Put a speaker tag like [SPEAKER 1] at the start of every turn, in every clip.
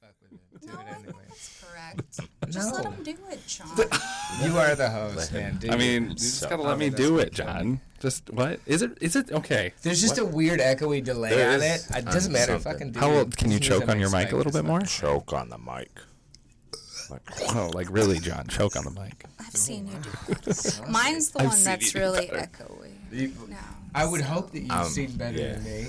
[SPEAKER 1] fuck with it. Do
[SPEAKER 2] No,
[SPEAKER 1] it
[SPEAKER 2] I think
[SPEAKER 1] anyway.
[SPEAKER 2] that's correct. Just let
[SPEAKER 1] No.
[SPEAKER 2] him do it, John.
[SPEAKER 1] You are the host, man. Do
[SPEAKER 3] I
[SPEAKER 1] you-
[SPEAKER 3] mean, you just
[SPEAKER 1] So-
[SPEAKER 3] gotta let me
[SPEAKER 1] Oh, that's
[SPEAKER 3] do
[SPEAKER 1] good.
[SPEAKER 3] it, John. Just what is it? Is it okay?
[SPEAKER 1] There's just a weird echoey delay
[SPEAKER 4] There
[SPEAKER 1] on
[SPEAKER 4] is
[SPEAKER 1] it. It
[SPEAKER 4] on
[SPEAKER 1] doesn't matter.
[SPEAKER 4] something.
[SPEAKER 1] Fucking do
[SPEAKER 3] How
[SPEAKER 1] it.
[SPEAKER 3] old? Can you
[SPEAKER 1] Just use
[SPEAKER 3] choke
[SPEAKER 1] that
[SPEAKER 3] on your
[SPEAKER 1] spike
[SPEAKER 3] mic a little
[SPEAKER 1] or
[SPEAKER 3] bit more?
[SPEAKER 4] Choke on the mic. Like,
[SPEAKER 3] Oh, like really, John? Choke on the mic.
[SPEAKER 2] I've seen you do that. Mine's the
[SPEAKER 3] I've
[SPEAKER 2] one
[SPEAKER 3] seen you
[SPEAKER 2] that's
[SPEAKER 3] do
[SPEAKER 2] really
[SPEAKER 3] better.
[SPEAKER 2] echoey.
[SPEAKER 1] something. You-
[SPEAKER 2] No.
[SPEAKER 1] I would hope that you've
[SPEAKER 4] Um,
[SPEAKER 1] seen better
[SPEAKER 4] yeah.
[SPEAKER 1] than me.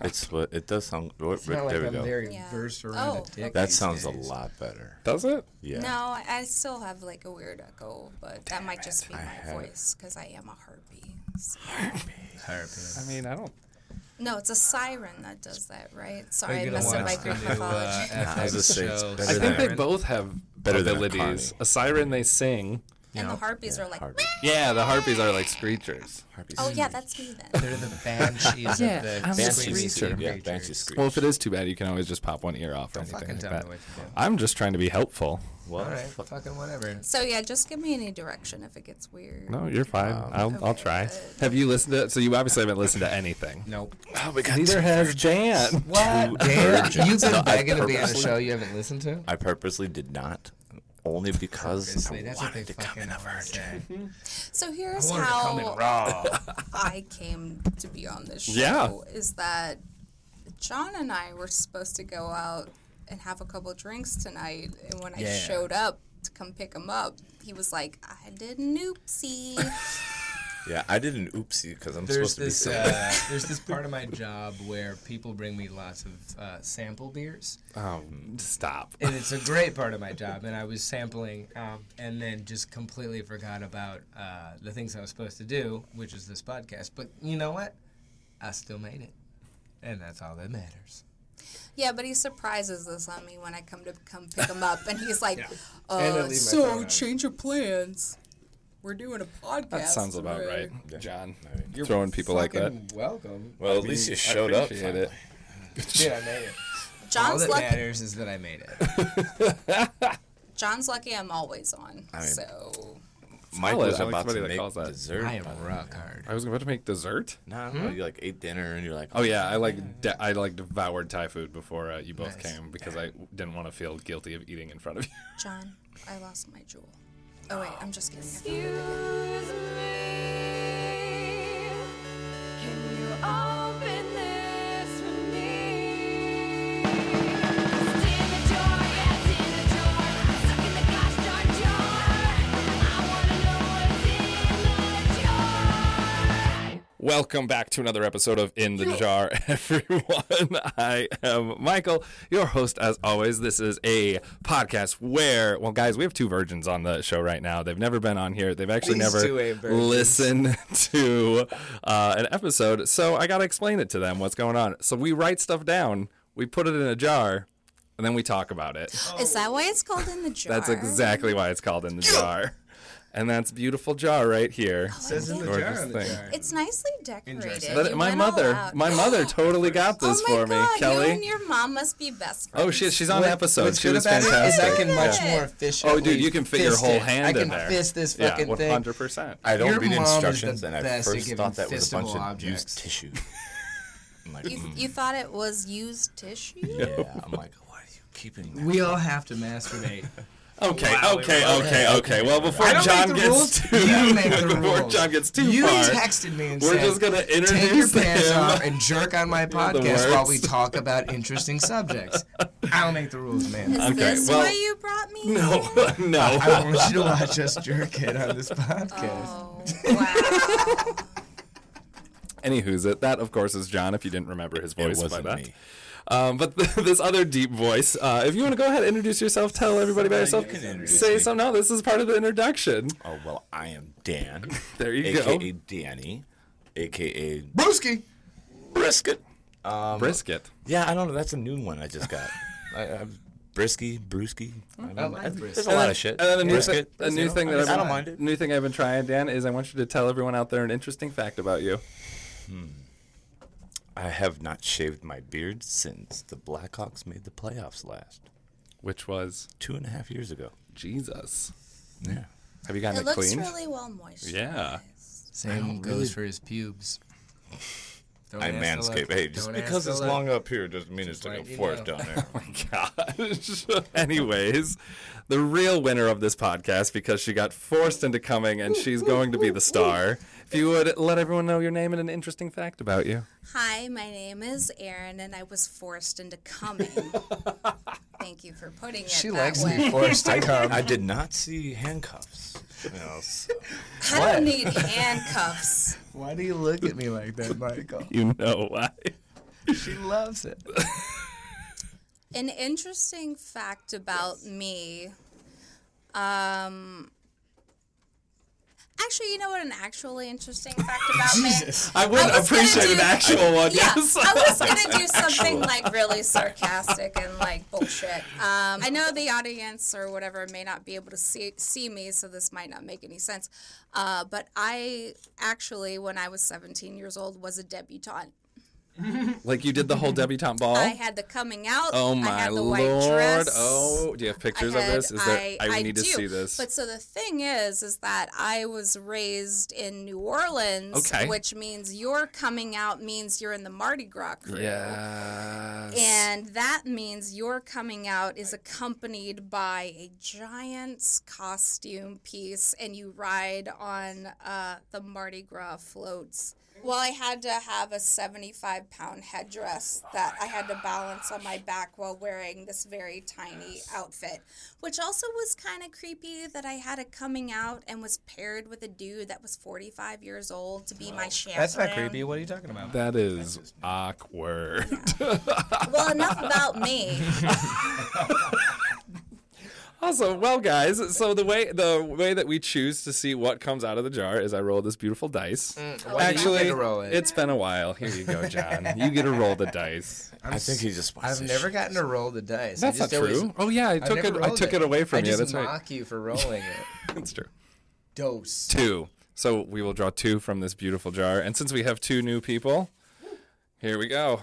[SPEAKER 4] it's what it does sound. What,
[SPEAKER 1] It's not like
[SPEAKER 4] there we
[SPEAKER 1] I'm
[SPEAKER 4] go.
[SPEAKER 1] very
[SPEAKER 2] Yeah.
[SPEAKER 1] versed around
[SPEAKER 2] Oh,
[SPEAKER 1] a dick.
[SPEAKER 4] That
[SPEAKER 1] these
[SPEAKER 4] sounds
[SPEAKER 1] days.
[SPEAKER 4] a lot better.
[SPEAKER 3] Does it?
[SPEAKER 4] Yeah.
[SPEAKER 2] No, I- I still have like a weird echo, but that might just be
[SPEAKER 4] I
[SPEAKER 2] my
[SPEAKER 4] had it.
[SPEAKER 2] voice because I am a harpy. So-
[SPEAKER 3] I mean, I don't.
[SPEAKER 2] No, it's a siren that does that,
[SPEAKER 1] Oh,
[SPEAKER 2] right? Sorry, I
[SPEAKER 1] gonna
[SPEAKER 2] messed up
[SPEAKER 1] watch
[SPEAKER 2] my
[SPEAKER 1] the new,
[SPEAKER 2] Greek mythology.
[SPEAKER 1] uh,
[SPEAKER 4] I
[SPEAKER 1] FX
[SPEAKER 4] was just saying it's
[SPEAKER 1] show,
[SPEAKER 4] better
[SPEAKER 3] I
[SPEAKER 4] than
[SPEAKER 3] think they
[SPEAKER 1] Siren.
[SPEAKER 3] both have
[SPEAKER 4] Better than a
[SPEAKER 3] abilities.
[SPEAKER 4] Connie.
[SPEAKER 3] A siren, they sing. you
[SPEAKER 2] and the
[SPEAKER 3] know.
[SPEAKER 2] harpies are like,
[SPEAKER 4] Harpy.
[SPEAKER 3] Yeah, the harpies are like screechers.
[SPEAKER 2] oh yeah, that's me then.
[SPEAKER 1] They're the banshees
[SPEAKER 3] Yeah,
[SPEAKER 1] of the
[SPEAKER 3] I'm a
[SPEAKER 1] between
[SPEAKER 3] screecher.
[SPEAKER 1] sea
[SPEAKER 4] Yeah,
[SPEAKER 1] creatures.
[SPEAKER 4] Banshee Screech.
[SPEAKER 3] Well, if it is too bad, you can always just pop one ear off or anything
[SPEAKER 1] Fucking
[SPEAKER 3] like
[SPEAKER 1] tell
[SPEAKER 3] that.
[SPEAKER 1] me what to do.
[SPEAKER 3] I'm just trying to be helpful.
[SPEAKER 4] well,
[SPEAKER 1] All right,
[SPEAKER 4] fuck.
[SPEAKER 1] fucking whatever.
[SPEAKER 2] So yeah, just give me any direction if it gets weird.
[SPEAKER 3] No, you're fine. I'll I'll
[SPEAKER 2] okay,
[SPEAKER 3] try.
[SPEAKER 2] good.
[SPEAKER 3] Have you listened to? So you obviously haven't listened to anything.
[SPEAKER 1] Nope.
[SPEAKER 3] Neither has Jan.
[SPEAKER 1] What? Dan,
[SPEAKER 4] virgins.
[SPEAKER 1] you've
[SPEAKER 4] No,
[SPEAKER 1] been
[SPEAKER 4] I
[SPEAKER 1] begging to be on a
[SPEAKER 4] purposely-
[SPEAKER 1] show you haven't listened to?
[SPEAKER 4] I purposely did not, only because
[SPEAKER 1] Obviously,
[SPEAKER 4] I
[SPEAKER 1] that's what they
[SPEAKER 4] wanted to come
[SPEAKER 1] fucking
[SPEAKER 4] in a
[SPEAKER 1] always
[SPEAKER 4] virgin.
[SPEAKER 1] say.
[SPEAKER 2] So here's
[SPEAKER 1] Wanted to come in
[SPEAKER 2] how
[SPEAKER 1] raw.
[SPEAKER 2] I came to be on this show.
[SPEAKER 3] Yeah.
[SPEAKER 2] Is that John and I were supposed to go out and have a couple drinks tonight, and when I
[SPEAKER 1] Yeah.
[SPEAKER 2] showed up to come pick him up, he was like, "I did an oopsie."
[SPEAKER 4] Yeah, I did an oopsie because I'm
[SPEAKER 1] There's
[SPEAKER 4] supposed to be
[SPEAKER 1] this
[SPEAKER 4] so.
[SPEAKER 1] uh, there's this part of my job where people bring me lots of uh, sample beers,
[SPEAKER 3] Um, stop.
[SPEAKER 1] and it's a great part of my job. And I was sampling, um, and then just completely forgot about uh, the things I was supposed to do, which is this podcast. But you know what? I still made it, and that's all that matters.
[SPEAKER 2] yeah, but he surprises this on me when I come to come pick him up, and he's like,
[SPEAKER 1] And I
[SPEAKER 2] uh,
[SPEAKER 1] leave my phone
[SPEAKER 2] "So
[SPEAKER 1] on."
[SPEAKER 2] change your plans. We're doing a podcast."
[SPEAKER 3] That sounds about
[SPEAKER 2] today."
[SPEAKER 3] right,
[SPEAKER 4] Yeah.
[SPEAKER 3] John.
[SPEAKER 4] I mean,
[SPEAKER 3] You're throwing people like that.
[SPEAKER 1] Fucking welcome.
[SPEAKER 4] well, at least you showed up.
[SPEAKER 3] appreciate
[SPEAKER 4] finally.
[SPEAKER 3] it.
[SPEAKER 1] Dude, I made it. All
[SPEAKER 2] John's
[SPEAKER 1] that
[SPEAKER 2] lucky.
[SPEAKER 1] matters is that I made it.
[SPEAKER 2] John's lucky. I'm always on.
[SPEAKER 4] I mean-
[SPEAKER 2] so
[SPEAKER 4] Mike
[SPEAKER 3] Solid.
[SPEAKER 4] was
[SPEAKER 3] I like
[SPEAKER 4] about
[SPEAKER 3] somebody
[SPEAKER 4] to
[SPEAKER 3] that calls
[SPEAKER 4] make
[SPEAKER 3] that.
[SPEAKER 4] dessert.
[SPEAKER 1] I am Hmm? rock hard.
[SPEAKER 3] I was about to make dessert.
[SPEAKER 4] No, no, you like ate dinner and you're like,
[SPEAKER 3] Oh yeah, I like de- I like devoured Thai food before uh, you both
[SPEAKER 1] Nice.
[SPEAKER 3] came because I didn't want to feel guilty of eating in front of you.
[SPEAKER 2] John, I lost my jewel. Oh wait, I'm just kidding. I found it.
[SPEAKER 5] Excuse me. Can you open this for me? It's in the jar, yeah, it's in the jar. I'm stuck in the gosh darn jar. I wanna know what's in the jar.
[SPEAKER 3] Welcome back to another episode of In the Jar, everyone. I am Michael, your host, as always. This is a podcast where, well, guys, we have two virgins on the show right now. They've never been on here. They've actually
[SPEAKER 1] These two
[SPEAKER 3] never
[SPEAKER 1] ain't virgins.
[SPEAKER 3] listened to uh, an episode. So I got to explain it to them what's going on. So we write stuff down, we put it in a jar, and then we talk about it.
[SPEAKER 2] Is that why it's called in the jar?
[SPEAKER 3] That's exactly why it's called In the Jar. And that's beautiful jar right here.
[SPEAKER 1] Says in the
[SPEAKER 3] Gorgeous
[SPEAKER 1] jar. On the
[SPEAKER 3] thing.
[SPEAKER 1] jar.
[SPEAKER 2] It's nicely decorated.
[SPEAKER 1] Interesting.
[SPEAKER 3] That-
[SPEAKER 2] You
[SPEAKER 3] my
[SPEAKER 2] went all
[SPEAKER 3] mother,
[SPEAKER 2] out.
[SPEAKER 3] my mother totally got
[SPEAKER 2] Oh
[SPEAKER 3] this
[SPEAKER 2] my
[SPEAKER 3] for
[SPEAKER 2] God,
[SPEAKER 3] me, Kelly.
[SPEAKER 2] You and your mom must be best friends.
[SPEAKER 3] Oh shit, she's on
[SPEAKER 1] What-
[SPEAKER 3] episode.
[SPEAKER 1] what's
[SPEAKER 3] She
[SPEAKER 1] good
[SPEAKER 3] was
[SPEAKER 1] about it is
[SPEAKER 3] fantastic.
[SPEAKER 1] I can much
[SPEAKER 2] Yeah.
[SPEAKER 1] more efficiently.
[SPEAKER 3] Oh, dude, you can fit your
[SPEAKER 1] fist
[SPEAKER 3] whole
[SPEAKER 1] it.
[SPEAKER 3] hand
[SPEAKER 1] I
[SPEAKER 3] in
[SPEAKER 1] can
[SPEAKER 3] there.
[SPEAKER 1] fist this
[SPEAKER 3] Yeah,
[SPEAKER 1] fucking
[SPEAKER 3] one
[SPEAKER 1] thing.
[SPEAKER 3] hundred percent.
[SPEAKER 4] I don't
[SPEAKER 1] Your
[SPEAKER 4] read
[SPEAKER 1] mom is the
[SPEAKER 4] instructions, and I
[SPEAKER 1] best at
[SPEAKER 4] first
[SPEAKER 1] giving
[SPEAKER 4] thought that was a bunch
[SPEAKER 1] fistable
[SPEAKER 4] of
[SPEAKER 1] objects.
[SPEAKER 4] used tissue. I'm like,
[SPEAKER 2] You,
[SPEAKER 4] mm,
[SPEAKER 2] you thought it was used tissue?
[SPEAKER 4] yeah. I'm like, why are you keeping that?
[SPEAKER 1] We all have to masturbate.
[SPEAKER 3] Okay,
[SPEAKER 1] Wow,
[SPEAKER 3] okay,
[SPEAKER 1] wow.
[SPEAKER 3] okay, okay. Well, before
[SPEAKER 1] don't
[SPEAKER 3] John
[SPEAKER 1] make the
[SPEAKER 3] gets
[SPEAKER 1] rules,
[SPEAKER 3] too,
[SPEAKER 1] you make the
[SPEAKER 3] before
[SPEAKER 1] rules.
[SPEAKER 3] John gets too
[SPEAKER 1] you
[SPEAKER 3] far,
[SPEAKER 1] texted me and
[SPEAKER 3] we're
[SPEAKER 1] said,
[SPEAKER 3] just gonna
[SPEAKER 1] "Take your
[SPEAKER 3] introduce
[SPEAKER 1] pants
[SPEAKER 3] him.
[SPEAKER 1] off and jerk on my
[SPEAKER 3] the
[SPEAKER 1] podcast while we
[SPEAKER 3] worst.
[SPEAKER 1] talk about interesting subjects." I'll make the rules,
[SPEAKER 2] Is
[SPEAKER 1] man.
[SPEAKER 3] Okay,
[SPEAKER 2] this
[SPEAKER 3] well-
[SPEAKER 2] why you brought me?
[SPEAKER 3] No,
[SPEAKER 2] here?
[SPEAKER 3] no.
[SPEAKER 1] I want you to watch us jerk it on this podcast.
[SPEAKER 2] Oh wow.
[SPEAKER 3] Anywho's it. That of course is John. If you didn't remember his
[SPEAKER 4] It
[SPEAKER 3] voice by
[SPEAKER 4] wasn't
[SPEAKER 3] that.
[SPEAKER 4] me.
[SPEAKER 3] Um, but this other deep voice. Uh, if you want to go ahead, introduce yourself. Tell everybody about yourself.
[SPEAKER 4] can introduce
[SPEAKER 3] Say
[SPEAKER 4] me.
[SPEAKER 3] something. No, this is part of the introduction.
[SPEAKER 4] Oh well, I am Dan,
[SPEAKER 3] There you
[SPEAKER 4] aka
[SPEAKER 3] go.
[SPEAKER 4] Danny, aka
[SPEAKER 1] Brewski.
[SPEAKER 4] Brisket.
[SPEAKER 3] Brisket.
[SPEAKER 4] Yeah, I don't know. That's a new one I just got. I, i Brisky, Brewski. I don't know.
[SPEAKER 1] like
[SPEAKER 4] I-
[SPEAKER 1] brisket.
[SPEAKER 4] There's a lot of shit.
[SPEAKER 3] And then a new,
[SPEAKER 4] Brisket.
[SPEAKER 3] thi- a new
[SPEAKER 1] you know,
[SPEAKER 3] thing
[SPEAKER 1] I
[SPEAKER 3] that
[SPEAKER 1] mean,
[SPEAKER 3] I've
[SPEAKER 4] I don't mind it.
[SPEAKER 3] New thing I've been trying, Dan, is I want you to tell everyone out there an interesting fact about you.
[SPEAKER 4] I have not shaved my beard since the Blackhawks made the playoffs last
[SPEAKER 3] which was
[SPEAKER 4] two and a half years ago.
[SPEAKER 3] Jesus.
[SPEAKER 4] Yeah.
[SPEAKER 3] Have you gotten
[SPEAKER 2] it
[SPEAKER 3] it,
[SPEAKER 2] looks
[SPEAKER 3] cleaned?
[SPEAKER 2] really well moisturized.
[SPEAKER 3] Yeah.
[SPEAKER 1] Same goes for his pubes. Don't
[SPEAKER 4] I
[SPEAKER 1] ask to look.
[SPEAKER 4] manscape. Hey, just
[SPEAKER 1] Don't ask
[SPEAKER 4] because
[SPEAKER 1] to
[SPEAKER 4] it's
[SPEAKER 1] look.
[SPEAKER 4] long up here doesn't mean it's like
[SPEAKER 1] let
[SPEAKER 4] a
[SPEAKER 1] you
[SPEAKER 4] forest
[SPEAKER 1] know.
[SPEAKER 4] down there.
[SPEAKER 3] Oh gosh. Anyways, the real winner of this podcast because she got forced into coming and she's going to be the star. If you would let everyone know your name and an interesting fact about you.
[SPEAKER 2] Hi, my name is Erin, and I was forced into coming. Thank you for putting it
[SPEAKER 1] She
[SPEAKER 2] that
[SPEAKER 1] likes to
[SPEAKER 2] way.
[SPEAKER 1] be forced to come.
[SPEAKER 4] I did not see handcuffs. You know, so-
[SPEAKER 2] I don't need handcuffs.
[SPEAKER 1] Why do you look at me like that, Michael?
[SPEAKER 3] You know why.
[SPEAKER 1] She loves it.
[SPEAKER 2] An interesting fact about me. Um, actually, you know what? An actually interesting fact about me.
[SPEAKER 3] I would
[SPEAKER 2] was gonna
[SPEAKER 3] appreciate an
[SPEAKER 2] do-
[SPEAKER 3] actual one.
[SPEAKER 2] Yeah,
[SPEAKER 3] Yes.
[SPEAKER 2] I was gonna do something like really sarcastic and like bullshit. Um, I know the audience or whatever may not be able to see see me, so this might not make any sense. Uh, but I actually, when I was 17 years old, was a debutante.
[SPEAKER 3] Like you did the whole debutante ball.
[SPEAKER 2] I had the coming out.
[SPEAKER 3] oh
[SPEAKER 2] I
[SPEAKER 3] my
[SPEAKER 2] had the white
[SPEAKER 3] lord.
[SPEAKER 2] dress.
[SPEAKER 3] Oh, do you have
[SPEAKER 2] I
[SPEAKER 3] pictures of
[SPEAKER 2] had-
[SPEAKER 3] this? Is there I, need
[SPEAKER 2] do.
[SPEAKER 3] to see this.
[SPEAKER 2] But so the thing is, is that I was raised in New Orleans,
[SPEAKER 3] Okay.
[SPEAKER 2] which means your coming out means you're in the Mardi Gras crew.
[SPEAKER 3] yes.
[SPEAKER 2] And that means your coming out is accompanied by a giant costume piece, and you ride on uh, the Mardi Gras floats. Well, I had to have a 75 pound headdress that I had to balance on my back while wearing this very tiny outfit, which also was kind of creepy that I had a coming out and was paired with a dude that was 45 years old to be my chaperone.
[SPEAKER 1] That's not creepy. What are you talking about?
[SPEAKER 3] that is awkward.
[SPEAKER 2] Well, enough about me.
[SPEAKER 3] Awesome. Well, guys, so the way the way that we choose to see what comes out of the jar is I roll this beautiful dice.
[SPEAKER 2] Oh,
[SPEAKER 1] why do you get to roll it?
[SPEAKER 3] has been a while. Here you go, John. you get to roll the dice.
[SPEAKER 4] I think he just wants
[SPEAKER 1] I've
[SPEAKER 4] to
[SPEAKER 1] never
[SPEAKER 4] sh-
[SPEAKER 1] gotten to roll the dice. I
[SPEAKER 3] That's not
[SPEAKER 1] just
[SPEAKER 3] true.
[SPEAKER 1] always-
[SPEAKER 3] oh yeah, I
[SPEAKER 1] I've
[SPEAKER 3] took
[SPEAKER 1] never
[SPEAKER 3] it. I
[SPEAKER 1] rolled
[SPEAKER 3] took it, away from
[SPEAKER 1] I
[SPEAKER 3] you.
[SPEAKER 1] just
[SPEAKER 3] That's right.
[SPEAKER 1] mock you for rolling it.
[SPEAKER 3] That's true.
[SPEAKER 1] Dose.
[SPEAKER 3] Two. So we will draw two from this beautiful jar, and since we have two new people, here we go.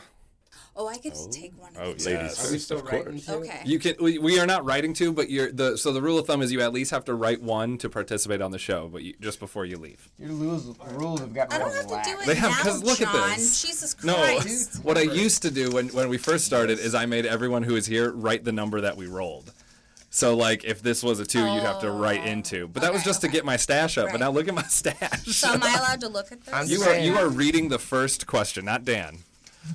[SPEAKER 2] Oh, I could just take one.
[SPEAKER 4] Oh, ladies
[SPEAKER 1] Are we
[SPEAKER 4] first,
[SPEAKER 1] still
[SPEAKER 4] of course.
[SPEAKER 1] writing two?
[SPEAKER 2] Okay.
[SPEAKER 3] You can. We, we are not writing two, but you're the. So the rule of thumb is you at least have to write one to participate on the show, but you, just before you leave.
[SPEAKER 1] Your rules, rules have gotten
[SPEAKER 2] I don't have to do it
[SPEAKER 3] They have-
[SPEAKER 2] now,
[SPEAKER 3] 'cause look at
[SPEAKER 2] John.
[SPEAKER 3] this.
[SPEAKER 2] Jesus
[SPEAKER 3] No,
[SPEAKER 2] Christ.
[SPEAKER 3] what I used to do when, when we first started is I made everyone who is here write the number that we rolled. So like if this was a two, you'd have to write into. But that was
[SPEAKER 2] Okay,
[SPEAKER 3] just to get my stash up. But
[SPEAKER 2] Right.
[SPEAKER 3] now look at my stash.
[SPEAKER 2] So am I allowed to look at this?
[SPEAKER 1] I'm
[SPEAKER 3] you
[SPEAKER 1] just
[SPEAKER 3] are
[SPEAKER 1] saying.
[SPEAKER 3] you are reading the first question, not Dan.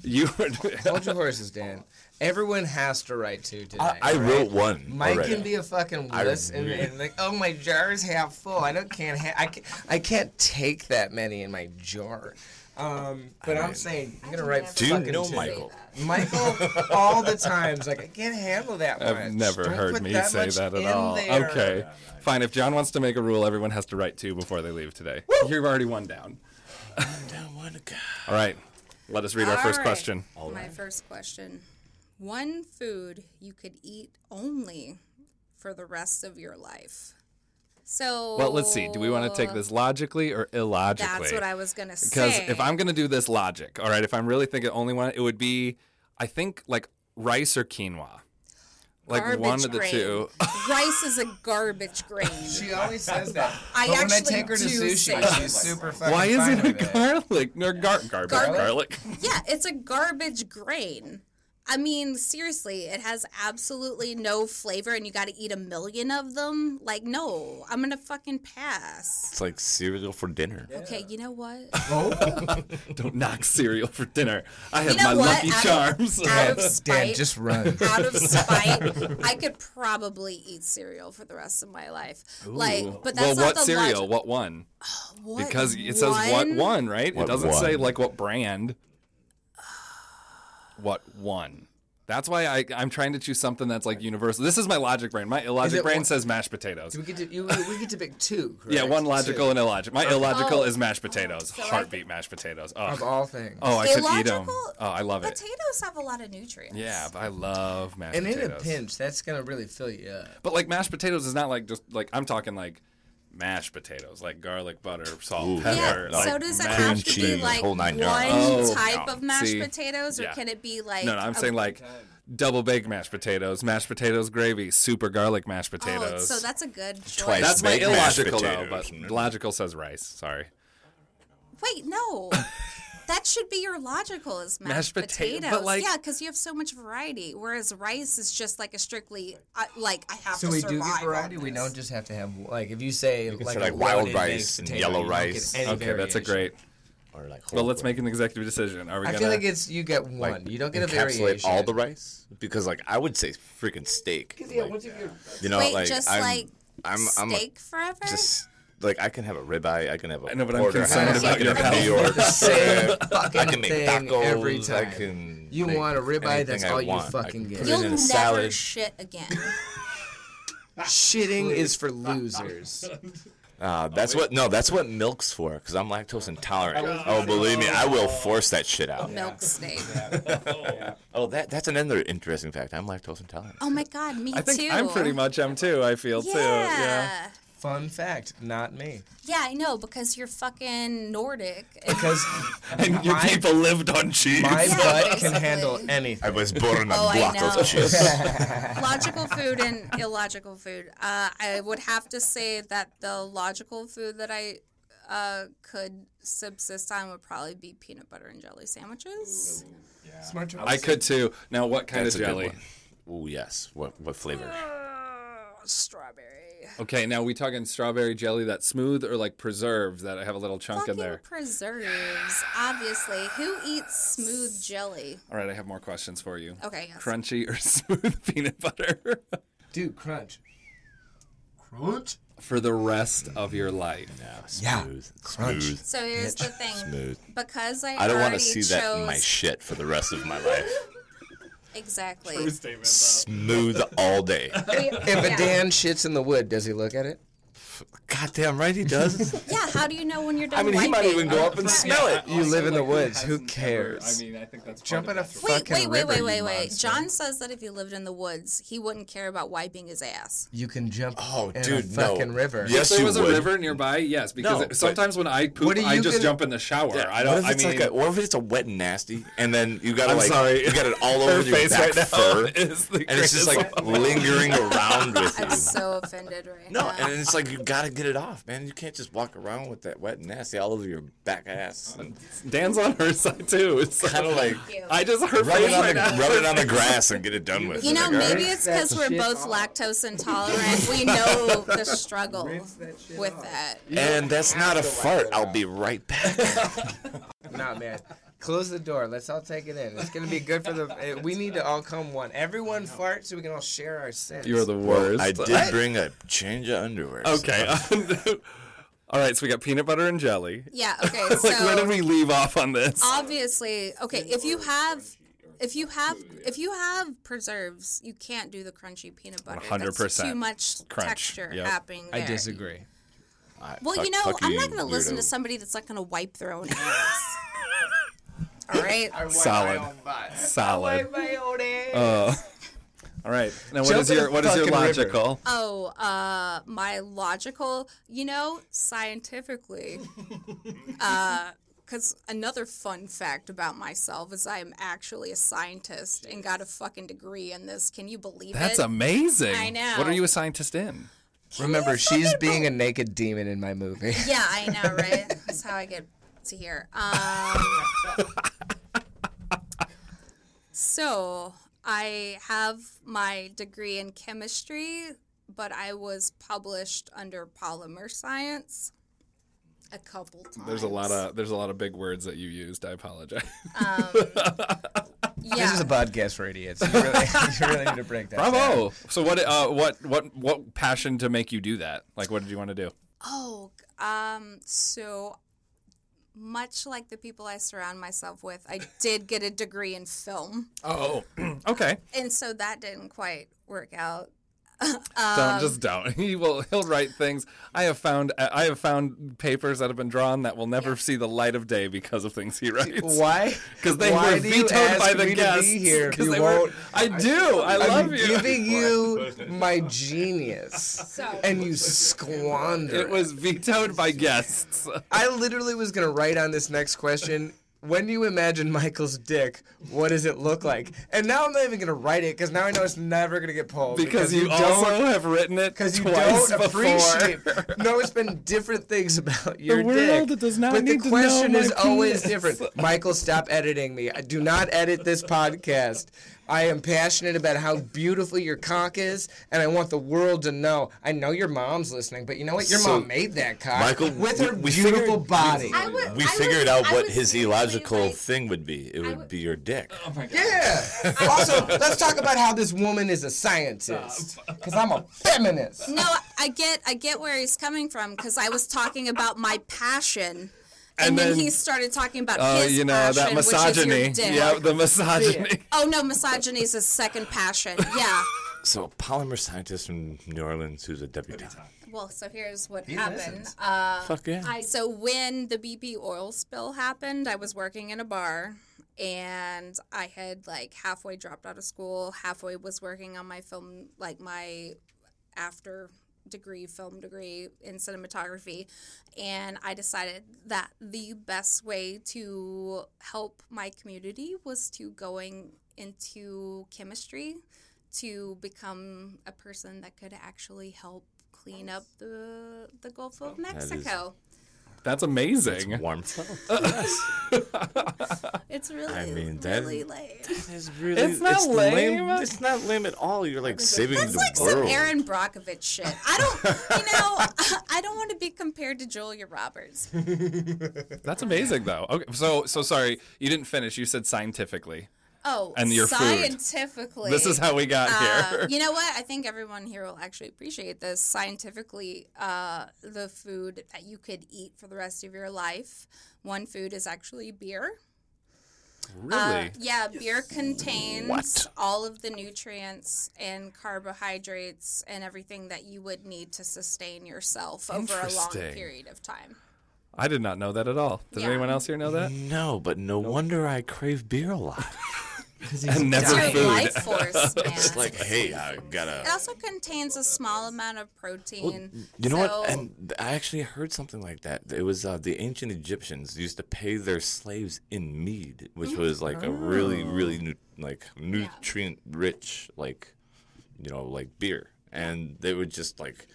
[SPEAKER 3] You are
[SPEAKER 1] Hold your horses, Dan. Everyone has to write two today.
[SPEAKER 4] I, I wrote one.
[SPEAKER 1] Mike
[SPEAKER 4] already.
[SPEAKER 1] can be a fucking wuss and, and like, oh my jar is half full. I don't can't ha- I can't, I can't take that many in my jar. Um, but I'm saying I'm gonna write.
[SPEAKER 2] Do
[SPEAKER 4] you
[SPEAKER 1] fucking
[SPEAKER 4] know
[SPEAKER 1] two.
[SPEAKER 4] Michael?
[SPEAKER 1] Michael, all the times like I can't handle that much.
[SPEAKER 3] I've never
[SPEAKER 1] Don't
[SPEAKER 3] heard
[SPEAKER 1] put
[SPEAKER 3] me
[SPEAKER 1] that
[SPEAKER 3] say
[SPEAKER 1] much
[SPEAKER 3] that at
[SPEAKER 1] in
[SPEAKER 3] all.
[SPEAKER 1] there."
[SPEAKER 3] Okay. Fine, if John wants to make a rule, everyone has to write two before they leave today. You've already one down.
[SPEAKER 4] Down one guy.
[SPEAKER 3] All right. Let us read our
[SPEAKER 2] All
[SPEAKER 3] first
[SPEAKER 2] right.
[SPEAKER 3] question.
[SPEAKER 2] My first question. One food you could eat only for the rest of your life. So
[SPEAKER 3] Well, let's see. Do we want to take this logically or illogically?
[SPEAKER 2] That's what I was gonna
[SPEAKER 3] Because
[SPEAKER 2] say.
[SPEAKER 3] if I'm going to do this logic, all right, if I'm really thinking only one, it would be, I think, like rice or quinoa. Like
[SPEAKER 2] Garbage
[SPEAKER 3] one of the
[SPEAKER 2] grain.
[SPEAKER 3] two.
[SPEAKER 2] rice is a garbage grain.
[SPEAKER 1] She always says that.
[SPEAKER 2] I
[SPEAKER 1] but when I
[SPEAKER 2] actually
[SPEAKER 1] take her to
[SPEAKER 2] do say
[SPEAKER 1] sushi,
[SPEAKER 2] that.
[SPEAKER 1] she's super fucking
[SPEAKER 3] Why is
[SPEAKER 1] fine
[SPEAKER 3] it a
[SPEAKER 1] with it.
[SPEAKER 3] garlic? Or gar- garbage.
[SPEAKER 2] Garlic?
[SPEAKER 3] Garlic.
[SPEAKER 2] yeah, it's a garbage grain. I mean, seriously, it has absolutely no flavor, and you got to eat a million of them. Like, no, I'm gonna fucking pass.
[SPEAKER 4] It's like cereal for dinner.
[SPEAKER 2] Okay, you know what?
[SPEAKER 1] Oh.
[SPEAKER 3] Don't knock cereal for dinner. I have
[SPEAKER 2] know
[SPEAKER 3] my
[SPEAKER 2] what?
[SPEAKER 3] lucky
[SPEAKER 2] Out of-
[SPEAKER 3] charms.
[SPEAKER 2] out of
[SPEAKER 1] Dan,
[SPEAKER 2] spite,
[SPEAKER 1] just run.
[SPEAKER 2] out of spite, I could probably eat cereal for the rest of my life. Like, but
[SPEAKER 3] well,
[SPEAKER 2] that's not
[SPEAKER 3] what
[SPEAKER 2] the
[SPEAKER 3] cereal?
[SPEAKER 2] logic-
[SPEAKER 3] What one?
[SPEAKER 2] What
[SPEAKER 3] Because it says what one, right? it
[SPEAKER 4] What
[SPEAKER 3] doesn't say
[SPEAKER 4] one?
[SPEAKER 3] like what brand. What one? That's why I, I'm trying to choose something that's like universal. This is my logic brain. My illogic
[SPEAKER 1] it
[SPEAKER 3] brain
[SPEAKER 1] one-
[SPEAKER 3] says mashed potatoes.
[SPEAKER 1] Do we get to you, we get to pick two? Correct?
[SPEAKER 3] yeah, one logical
[SPEAKER 1] Two.
[SPEAKER 3] and illogical. My illogical
[SPEAKER 2] Oh.
[SPEAKER 3] is mashed potatoes.
[SPEAKER 2] So I-
[SPEAKER 3] Heartbeat mashed potatoes.
[SPEAKER 1] of
[SPEAKER 3] Oh,
[SPEAKER 1] all things.
[SPEAKER 3] oh I could eat them.
[SPEAKER 2] Illogical
[SPEAKER 3] Oh, I love it.
[SPEAKER 2] Potatoes have a lot of nutrients.
[SPEAKER 3] Yeah, but I love mashed
[SPEAKER 1] and in
[SPEAKER 3] potatoes.
[SPEAKER 1] a pinch, that's gonna really fill you up.
[SPEAKER 3] But like mashed potatoes is not like just like I'm talking like mashed potatoes, like garlic butter, salt,
[SPEAKER 4] Ooh,
[SPEAKER 2] Yeah.
[SPEAKER 3] pepper. like
[SPEAKER 2] so does it
[SPEAKER 3] mashed
[SPEAKER 2] have to be
[SPEAKER 4] cheese,
[SPEAKER 2] like
[SPEAKER 4] whole
[SPEAKER 2] one
[SPEAKER 4] nine yards.
[SPEAKER 3] Oh,
[SPEAKER 2] type
[SPEAKER 3] no.
[SPEAKER 2] of mashed
[SPEAKER 3] See?
[SPEAKER 2] potatoes, or
[SPEAKER 3] Yeah.
[SPEAKER 2] can it be like?
[SPEAKER 3] No, no, I'm
[SPEAKER 2] a-
[SPEAKER 3] saying like double baked mashed potatoes, mashed potatoes gravy, super garlic mashed potatoes.
[SPEAKER 2] Oh, so that's a good choice.
[SPEAKER 4] Twice
[SPEAKER 3] That's my
[SPEAKER 4] baked mashed
[SPEAKER 3] illogical though,
[SPEAKER 4] potatoes.
[SPEAKER 3] but logical says rice. Sorry.
[SPEAKER 2] Wait, no. That should be your logical is mashed,
[SPEAKER 3] Mashed potato-
[SPEAKER 2] potatoes.
[SPEAKER 3] but, like-
[SPEAKER 2] yeah, because you have so much variety. Whereas rice is just like a strictly I, like I have
[SPEAKER 1] So
[SPEAKER 2] to
[SPEAKER 1] we
[SPEAKER 2] survive.
[SPEAKER 1] do get
[SPEAKER 2] on
[SPEAKER 1] variety. We
[SPEAKER 2] this.
[SPEAKER 1] don't just have to have like if you say
[SPEAKER 4] can
[SPEAKER 1] like,
[SPEAKER 4] say,
[SPEAKER 1] a
[SPEAKER 4] like, wild
[SPEAKER 1] loaded baked
[SPEAKER 4] rice and
[SPEAKER 1] potato,
[SPEAKER 4] yellow
[SPEAKER 1] you don't get
[SPEAKER 4] rice.
[SPEAKER 1] any
[SPEAKER 3] Okay, that's a
[SPEAKER 1] variation.
[SPEAKER 3] great.
[SPEAKER 4] Or like
[SPEAKER 3] Well, let's
[SPEAKER 4] whole-
[SPEAKER 3] make an executive decision. Are we
[SPEAKER 1] I
[SPEAKER 3] gonna?
[SPEAKER 1] feel like it's you get one.
[SPEAKER 4] like,
[SPEAKER 1] you don't get a
[SPEAKER 4] encapsulate
[SPEAKER 1] variation.
[SPEAKER 4] all the rice because like I would say freaking steak. Like, you know,
[SPEAKER 2] Wait,
[SPEAKER 4] like
[SPEAKER 2] just
[SPEAKER 4] I'm,
[SPEAKER 2] like
[SPEAKER 4] I'm, I'm a,
[SPEAKER 2] steak forever.
[SPEAKER 4] just like I can have a ribeye, I can have a
[SPEAKER 3] I know, but I'm
[SPEAKER 4] quarter
[SPEAKER 3] concerned
[SPEAKER 4] half,
[SPEAKER 3] about
[SPEAKER 4] I can
[SPEAKER 3] your
[SPEAKER 4] have a New
[SPEAKER 3] health.
[SPEAKER 4] York
[SPEAKER 1] The same
[SPEAKER 4] strip, I
[SPEAKER 1] fucking
[SPEAKER 4] can make
[SPEAKER 1] thing
[SPEAKER 4] tacos,
[SPEAKER 1] every
[SPEAKER 4] I
[SPEAKER 1] time.
[SPEAKER 4] can.
[SPEAKER 1] You
[SPEAKER 4] make
[SPEAKER 1] want a ribeye?
[SPEAKER 4] anything
[SPEAKER 1] That's
[SPEAKER 4] I
[SPEAKER 1] all you
[SPEAKER 4] want. I
[SPEAKER 1] fucking
[SPEAKER 4] can
[SPEAKER 1] get.
[SPEAKER 4] put it
[SPEAKER 2] You'll
[SPEAKER 4] in a
[SPEAKER 2] never
[SPEAKER 4] salad.
[SPEAKER 2] shit again.
[SPEAKER 1] Shitting is for losers.
[SPEAKER 4] Uh, that's what no, that's what milk's for because I'm lactose intolerant. Oh, believe me, I will force that shit out.
[SPEAKER 2] Milk steak.
[SPEAKER 4] Oh, that that's another interesting fact. I'm lactose intolerant.
[SPEAKER 2] Oh my god, me
[SPEAKER 3] I think
[SPEAKER 2] too.
[SPEAKER 3] I'm pretty much M too. I feel
[SPEAKER 2] yeah.
[SPEAKER 3] too. Yeah.
[SPEAKER 1] Fun fact, not me.
[SPEAKER 2] Yeah, I know because you're fucking Nordic. And
[SPEAKER 1] Because
[SPEAKER 3] And your
[SPEAKER 1] My-
[SPEAKER 3] people lived on cheese.
[SPEAKER 1] my
[SPEAKER 2] Yeah,
[SPEAKER 1] butt can
[SPEAKER 2] basically.
[SPEAKER 1] handle anything.
[SPEAKER 4] I was born on
[SPEAKER 2] Oh,
[SPEAKER 4] a
[SPEAKER 2] I
[SPEAKER 4] block
[SPEAKER 2] know.
[SPEAKER 4] of cheese.
[SPEAKER 2] logical food and illogical food. Uh, I would have to say that the logical food that I uh, could subsist on would probably be peanut butter and jelly sandwiches.
[SPEAKER 1] Smart choice.
[SPEAKER 3] I could too. Now, what kind
[SPEAKER 4] That's
[SPEAKER 3] of
[SPEAKER 4] a good
[SPEAKER 3] jelly?
[SPEAKER 4] one. Oh yes, what what flavor?
[SPEAKER 2] Uh, strawberry.
[SPEAKER 3] Okay, now we talking strawberry jelly that's smooth or like preserved that I have a little chunk in
[SPEAKER 2] Fucking
[SPEAKER 3] there.
[SPEAKER 2] preserves, obviously. Who eats smooth jelly?
[SPEAKER 3] All right, I have more questions for you.
[SPEAKER 2] Okay, yes.
[SPEAKER 3] Crunchy or smooth peanut butter
[SPEAKER 1] Dude, crunch. Crunch?
[SPEAKER 3] for the rest of your life.
[SPEAKER 4] Yeah,
[SPEAKER 1] Yeah.
[SPEAKER 4] smooth,
[SPEAKER 1] Crunch.
[SPEAKER 4] smooth,
[SPEAKER 2] So here's the thing.
[SPEAKER 4] smooth.
[SPEAKER 2] Because I,
[SPEAKER 4] I don't want
[SPEAKER 2] already
[SPEAKER 4] to see
[SPEAKER 2] chose
[SPEAKER 4] that in my shit for the rest of my life.
[SPEAKER 2] exactly.
[SPEAKER 4] Smooth all day.
[SPEAKER 1] If a
[SPEAKER 2] Yeah.
[SPEAKER 1] Dan shits in the wood, does he look at it?
[SPEAKER 4] Goddamn right he does.
[SPEAKER 2] Yeah, how do you know when you're done
[SPEAKER 4] I mean, he might
[SPEAKER 2] wiping?
[SPEAKER 4] even go up and smell it.
[SPEAKER 1] You live in the woods. Who cares?
[SPEAKER 3] mean, I think that's
[SPEAKER 1] Jump in a
[SPEAKER 2] Wait,
[SPEAKER 1] fucking
[SPEAKER 2] wait, wait,
[SPEAKER 1] river,
[SPEAKER 2] wait,
[SPEAKER 1] you
[SPEAKER 2] wait, wait.
[SPEAKER 1] monster.
[SPEAKER 2] John says that if he lived in the woods, he wouldn't care about wiping his ass.
[SPEAKER 1] You can jump
[SPEAKER 4] Oh,
[SPEAKER 1] in a
[SPEAKER 4] dude, no.
[SPEAKER 1] fucking river.
[SPEAKER 4] Yes,
[SPEAKER 3] If there
[SPEAKER 4] you
[SPEAKER 3] was
[SPEAKER 4] would.
[SPEAKER 3] a river nearby, yes, because
[SPEAKER 4] No,
[SPEAKER 3] it-
[SPEAKER 4] but-
[SPEAKER 3] sometimes when I poop,
[SPEAKER 1] What are
[SPEAKER 3] I
[SPEAKER 1] you
[SPEAKER 3] just
[SPEAKER 1] gonna-
[SPEAKER 3] jump in the shower. I
[SPEAKER 4] What
[SPEAKER 3] don't.
[SPEAKER 4] if
[SPEAKER 3] I
[SPEAKER 4] it's
[SPEAKER 3] mean,
[SPEAKER 4] like a, what if it's a wet and nasty, and then you gotta
[SPEAKER 3] I'm
[SPEAKER 4] like
[SPEAKER 3] sorry.
[SPEAKER 4] you got it all over your back fur,
[SPEAKER 3] is the
[SPEAKER 4] and it's just like lingering around with
[SPEAKER 2] I'm
[SPEAKER 4] you.
[SPEAKER 2] so offended right
[SPEAKER 4] No,
[SPEAKER 2] now.
[SPEAKER 4] and it's like you gotta get it off, man. You can't just walk around with that wet and nasty all over your back ass. And
[SPEAKER 3] Dan's on her side too. It's
[SPEAKER 4] kind of like
[SPEAKER 3] I just her
[SPEAKER 4] rub
[SPEAKER 3] face
[SPEAKER 4] it on
[SPEAKER 3] right
[SPEAKER 4] the
[SPEAKER 3] now.
[SPEAKER 4] rub it on the grass and get it done with.
[SPEAKER 2] you know,
[SPEAKER 4] Like, all right.
[SPEAKER 2] maybe it's
[SPEAKER 1] that
[SPEAKER 2] because we're
[SPEAKER 1] shit
[SPEAKER 2] both lactose intolerant. we know the struggle with that.
[SPEAKER 4] And that's not a fart. I'll be right back.
[SPEAKER 1] Nah, man. Close the door. Let's all take it in. It's gonna be good for the. uh, We need to all come one. Everyone fart so we can all share our sins.
[SPEAKER 3] You're the worst.
[SPEAKER 4] I did bring a change of underwear. so-
[SPEAKER 3] Okay. All right, so we got peanut butter and jelly.
[SPEAKER 2] Yeah. Okay. So
[SPEAKER 3] Like, where did we leave off on this?
[SPEAKER 2] obviously, okay. If you have, if you have, if you have preserves, you can't do the crunchy peanut butter. That's
[SPEAKER 3] 100%
[SPEAKER 2] too much
[SPEAKER 3] crunch.
[SPEAKER 2] texture
[SPEAKER 3] Yep.
[SPEAKER 2] happening there.
[SPEAKER 1] I disagree.
[SPEAKER 4] Alright,
[SPEAKER 2] Well,
[SPEAKER 4] fuck-
[SPEAKER 2] you know,
[SPEAKER 4] fuck
[SPEAKER 2] I'm
[SPEAKER 4] you,
[SPEAKER 2] not going to
[SPEAKER 4] you
[SPEAKER 2] listen to
[SPEAKER 4] weirdo.
[SPEAKER 2] somebody that's not going to wipe their own ass. All right.
[SPEAKER 3] Solid. Solid. Uh, all right. Now, what
[SPEAKER 1] Jump
[SPEAKER 3] is
[SPEAKER 1] in
[SPEAKER 3] your
[SPEAKER 1] a
[SPEAKER 3] what is your
[SPEAKER 1] fucking river.
[SPEAKER 3] logical?
[SPEAKER 2] Oh, uh, my logical, you know, scientifically, because another fun fact about myself is I am actually a scientist and got a fucking degree in this. Can you believe
[SPEAKER 3] That's
[SPEAKER 2] it?
[SPEAKER 3] amazing.
[SPEAKER 2] I know.
[SPEAKER 3] What are you a scientist in?
[SPEAKER 1] Remember, she's being a naked demon in my movie.
[SPEAKER 2] yeah, I know, right? That's how I get to here. Um, so I have my degree in chemistry, but I was published under polymer science a couple times.
[SPEAKER 3] There's a lot of there's a lot of big words that you used. I apologize.
[SPEAKER 2] yeah.
[SPEAKER 1] This is a podcast for idiots. You really, you really need to break that. down.
[SPEAKER 3] Bravo. So what uh what what what passion to make you do that? Like what did you want to do?
[SPEAKER 2] Oh, g- um, so much like the people I surround myself with, I did get a degree in film,
[SPEAKER 3] Oh, okay.
[SPEAKER 2] and so that didn't quite work out. Um,
[SPEAKER 3] don't just don't. He will he'll write things. I have found uh, I have found papers that have been drawn that will never see the light of day because of things he writes.
[SPEAKER 1] Why?
[SPEAKER 3] 'Cause they
[SPEAKER 1] Why
[SPEAKER 3] were
[SPEAKER 1] do you
[SPEAKER 3] vetoed by
[SPEAKER 1] ask
[SPEAKER 3] the
[SPEAKER 1] me to
[SPEAKER 3] guests.
[SPEAKER 1] Be here if
[SPEAKER 3] 'Cause
[SPEAKER 1] you
[SPEAKER 3] they were-
[SPEAKER 1] won't.
[SPEAKER 3] I do. I
[SPEAKER 1] I'm
[SPEAKER 3] love you.
[SPEAKER 1] giving you my genius,
[SPEAKER 2] So
[SPEAKER 1] and you squander.
[SPEAKER 3] It was vetoed by guests.
[SPEAKER 1] I literally was gonna write on this next question. when you imagine Michael's dick, what does it look like? And now I'm not even gonna write it because now I know it's never gonna get pulled
[SPEAKER 3] because you,
[SPEAKER 1] don't-
[SPEAKER 3] also have written it
[SPEAKER 1] because you
[SPEAKER 3] twice
[SPEAKER 1] don't
[SPEAKER 3] before.
[SPEAKER 1] appreciate. no, it's been different things about your
[SPEAKER 3] world
[SPEAKER 1] dick.
[SPEAKER 3] does not
[SPEAKER 1] but
[SPEAKER 3] need to
[SPEAKER 1] the
[SPEAKER 3] know
[SPEAKER 1] question
[SPEAKER 3] my
[SPEAKER 1] is always
[SPEAKER 3] penis.
[SPEAKER 1] different. Michael, stop editing me. I do not edit this podcast. I am passionate about how beautiful your cock is, and I want the world to know. I know your mom's listening, but you know what? Your
[SPEAKER 4] So,
[SPEAKER 1] mom made that cock
[SPEAKER 4] Michael,
[SPEAKER 1] with
[SPEAKER 4] we-
[SPEAKER 1] her
[SPEAKER 4] we
[SPEAKER 1] beautiful
[SPEAKER 4] figured-
[SPEAKER 1] body.
[SPEAKER 2] I would-
[SPEAKER 4] We
[SPEAKER 2] I was-
[SPEAKER 4] figured out
[SPEAKER 2] I
[SPEAKER 4] what
[SPEAKER 2] was
[SPEAKER 4] his
[SPEAKER 2] really,
[SPEAKER 4] illogical
[SPEAKER 2] like-
[SPEAKER 4] thing would be. It would
[SPEAKER 2] would-
[SPEAKER 4] be your dick.
[SPEAKER 3] Oh
[SPEAKER 1] Yeah. also, let's talk about how this woman is a scientist. Because I'm a feminist.
[SPEAKER 3] Mm.
[SPEAKER 2] No, I get I get where he's coming from because I was talking about my passion, and,
[SPEAKER 3] And
[SPEAKER 2] then,
[SPEAKER 3] then-
[SPEAKER 2] he started talking about
[SPEAKER 3] Oh,
[SPEAKER 2] his
[SPEAKER 3] you know
[SPEAKER 2] passion,
[SPEAKER 3] that misogyny.
[SPEAKER 2] Which is your dick.
[SPEAKER 3] Yeah, the misogyny.
[SPEAKER 2] Oh no, misogyny is his second passion. Yeah.
[SPEAKER 4] So, a polymer scientist from New Orleans who's a deputy.
[SPEAKER 2] Well, so here's what happened.
[SPEAKER 1] listens.
[SPEAKER 2] Uh,
[SPEAKER 4] Fuck yeah.
[SPEAKER 2] I so when the BP oil spill happened, I was working in a bar and I had like halfway dropped out of school, halfway was working on my film like my after degree film degree in cinematography and I decided that the best way to help my community was to going into chemistry to become a person that could actually help clean up the the Gulf of
[SPEAKER 4] is-
[SPEAKER 2] Mexico.
[SPEAKER 3] That's amazing.
[SPEAKER 4] Warm.
[SPEAKER 2] It's really,
[SPEAKER 4] I mean, that-
[SPEAKER 2] really late.
[SPEAKER 4] It's really,
[SPEAKER 3] It's not it's lame. lame.
[SPEAKER 4] It's not lame at all. You're like saving
[SPEAKER 2] That's
[SPEAKER 4] the
[SPEAKER 2] like
[SPEAKER 4] world.
[SPEAKER 2] some Aaron Brockovich shit. I don't, you know, I don't want to be compared to Julia Roberts.
[SPEAKER 3] That's amazing though. Okay, so so sorry, you didn't finish. You said scientifically.
[SPEAKER 2] Oh,
[SPEAKER 3] And your food.
[SPEAKER 2] scientifically.
[SPEAKER 3] This is how we got
[SPEAKER 2] uh,
[SPEAKER 3] here.
[SPEAKER 2] you know what? I think everyone here will actually appreciate this. Scientifically, uh, the food that you could eat for the rest of your life, one food is actually beer.
[SPEAKER 3] Really?
[SPEAKER 2] Uh, Yeah, beer contains all of the nutrients and carbohydrates and everything that you would need to sustain yourself over a long
[SPEAKER 3] Interesting.
[SPEAKER 2] period of time.
[SPEAKER 3] I did not know that at all. Does
[SPEAKER 2] Yeah.
[SPEAKER 3] anyone else here know that?
[SPEAKER 4] no, but no wonder I crave beer a lot.
[SPEAKER 3] And never
[SPEAKER 2] Your
[SPEAKER 3] food.
[SPEAKER 2] life force, man.
[SPEAKER 4] It's like, hey, I
[SPEAKER 2] it
[SPEAKER 4] gotta.
[SPEAKER 2] also contains a small amount of protein.
[SPEAKER 4] Oh, You know
[SPEAKER 2] so-
[SPEAKER 4] what? And th- I actually heard something like that. It was uh, the ancient Egyptians used to pay their slaves in mead, which
[SPEAKER 2] Mm-hmm.
[SPEAKER 4] was like a really,
[SPEAKER 3] Oh.
[SPEAKER 4] really nu- like nutrient rich, like you know, like beer. And they would just like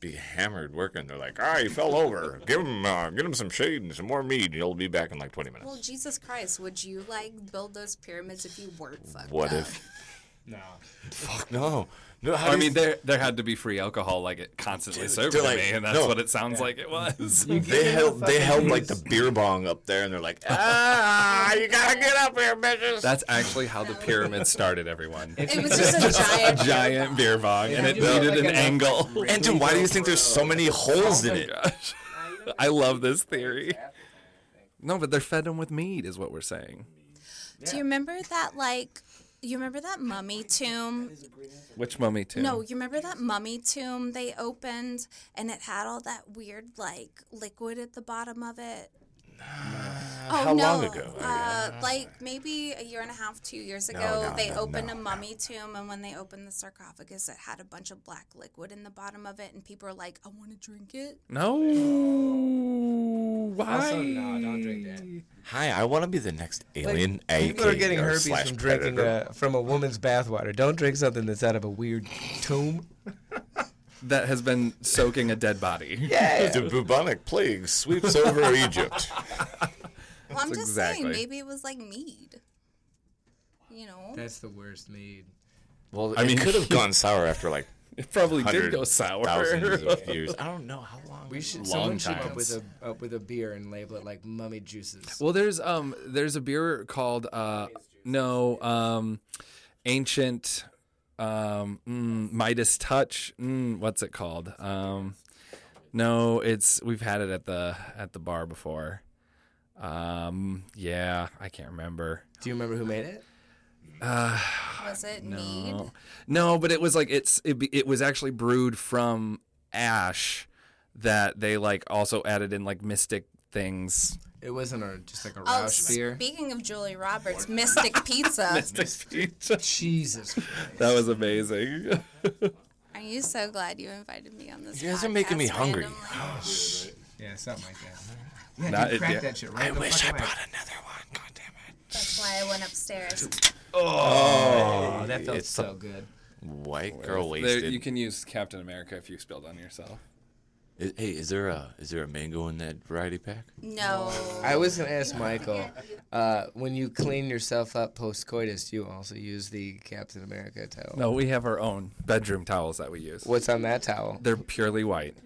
[SPEAKER 4] be hammered working. They're like, "Ah, he fell over. Give him, uh, get him some shade and some more mead. He'll be back in like twenty minutes."
[SPEAKER 2] well, Jesus Christ, would you like build those pyramids if you weren't fucked
[SPEAKER 4] What
[SPEAKER 2] up?
[SPEAKER 4] if?
[SPEAKER 1] No.
[SPEAKER 4] Fuck no. No, how
[SPEAKER 3] I
[SPEAKER 4] do you-
[SPEAKER 3] mean, there there had to be free alcohol, like it constantly served to
[SPEAKER 4] like,
[SPEAKER 3] me, and that's
[SPEAKER 4] no.
[SPEAKER 3] what it sounds like it was.
[SPEAKER 4] they held they held like the beer bong up there, and they're like, "Ah, you gotta get up here, bitches."
[SPEAKER 3] that's actually how the pyramid started, everyone.
[SPEAKER 2] It was just a giant.
[SPEAKER 3] Giant beer bong, and it
[SPEAKER 1] you know,
[SPEAKER 3] needed
[SPEAKER 1] like
[SPEAKER 3] an
[SPEAKER 1] an-
[SPEAKER 3] angle.
[SPEAKER 4] And dude, why do you think there's so many holes in it?
[SPEAKER 3] Oh Gosh. I love this theory. No, but they're fed them with meat, is what we're saying.
[SPEAKER 2] Do you remember that, like, you remember that mummy tomb?
[SPEAKER 3] Which mummy too?
[SPEAKER 2] No, you remember that mummy tomb they opened and it had all that weird like liquid at the bottom of it? oh,
[SPEAKER 4] how
[SPEAKER 2] no.
[SPEAKER 4] long ago?
[SPEAKER 2] Uh, like maybe a year and a half, two years ago,
[SPEAKER 4] no,
[SPEAKER 2] they
[SPEAKER 4] no,
[SPEAKER 2] opened
[SPEAKER 4] no,
[SPEAKER 2] a mummy tomb, and when they opened the sarcophagus, it had a bunch of black liquid in the bottom of it, and people were like, "I want to drink it."
[SPEAKER 3] No. Why?
[SPEAKER 1] Also, no, don't drink that.
[SPEAKER 4] Hi, I want to be the next alien. Like,
[SPEAKER 1] People are getting herpes from drinking uh, from a woman's bathwater. Don't drink something that's out of a weird tomb.
[SPEAKER 3] That has been soaking a dead body.
[SPEAKER 4] The bubonic plague sweeps over Egypt.
[SPEAKER 2] Well, I'm just
[SPEAKER 3] exactly.
[SPEAKER 2] saying, maybe it was like mead. You know,
[SPEAKER 1] That's the worst mead.
[SPEAKER 4] Well,
[SPEAKER 3] I
[SPEAKER 4] I
[SPEAKER 3] mean-
[SPEAKER 4] mean, could have gone sour after like
[SPEAKER 3] It probably did
[SPEAKER 4] hundred
[SPEAKER 3] go sour.
[SPEAKER 4] thousands of years. I don't know how long.
[SPEAKER 1] We should someone
[SPEAKER 3] Long
[SPEAKER 1] should come up
[SPEAKER 3] times.
[SPEAKER 1] with a up with a beer and label it like mummy juices.
[SPEAKER 3] Well, there's um there's a beer called uh no um ancient um mm, Midas Touch. Mm, what's it called? Um no, it's we've had it at the at the bar before. Um yeah, I can't remember.
[SPEAKER 1] Do you remember who made it?
[SPEAKER 2] was it mead?
[SPEAKER 3] No. No, but it was like it's it, be- it was actually brewed from ash that they like also added in like mystic things.
[SPEAKER 1] It wasn't a just like a
[SPEAKER 2] Oh,
[SPEAKER 1] Roush beer.
[SPEAKER 2] speaking of Julie Roberts, Mystic Pizza.
[SPEAKER 1] Jesus.
[SPEAKER 3] that was amazing.
[SPEAKER 2] Are you so glad you invited me on this?
[SPEAKER 4] You guys are making
[SPEAKER 2] podcast
[SPEAKER 4] me hungry.
[SPEAKER 2] randomly?
[SPEAKER 1] yeah, something like that. Yeah,
[SPEAKER 3] Not-
[SPEAKER 1] dude, crack
[SPEAKER 3] yeah.
[SPEAKER 1] that shit right
[SPEAKER 4] I
[SPEAKER 1] in the
[SPEAKER 4] wish I
[SPEAKER 1] fucking
[SPEAKER 4] brought
[SPEAKER 1] mic.
[SPEAKER 4] another one. God damn it.
[SPEAKER 2] That's why I went upstairs.
[SPEAKER 1] Oh, that felt
[SPEAKER 4] It's
[SPEAKER 1] so good.
[SPEAKER 4] White girl
[SPEAKER 3] There,
[SPEAKER 4] wasted.
[SPEAKER 3] you can use Captain America if you spilled on yourself.
[SPEAKER 4] Is- hey, is there a is there a mango in that variety pack?
[SPEAKER 2] No.
[SPEAKER 1] I was gonna ask Michael, uh, when you clean yourself up post coitus, do you also use the Captain America towel?
[SPEAKER 3] No, we have our own bedroom towels that we use.
[SPEAKER 1] What's on that towel?
[SPEAKER 3] They're purely white.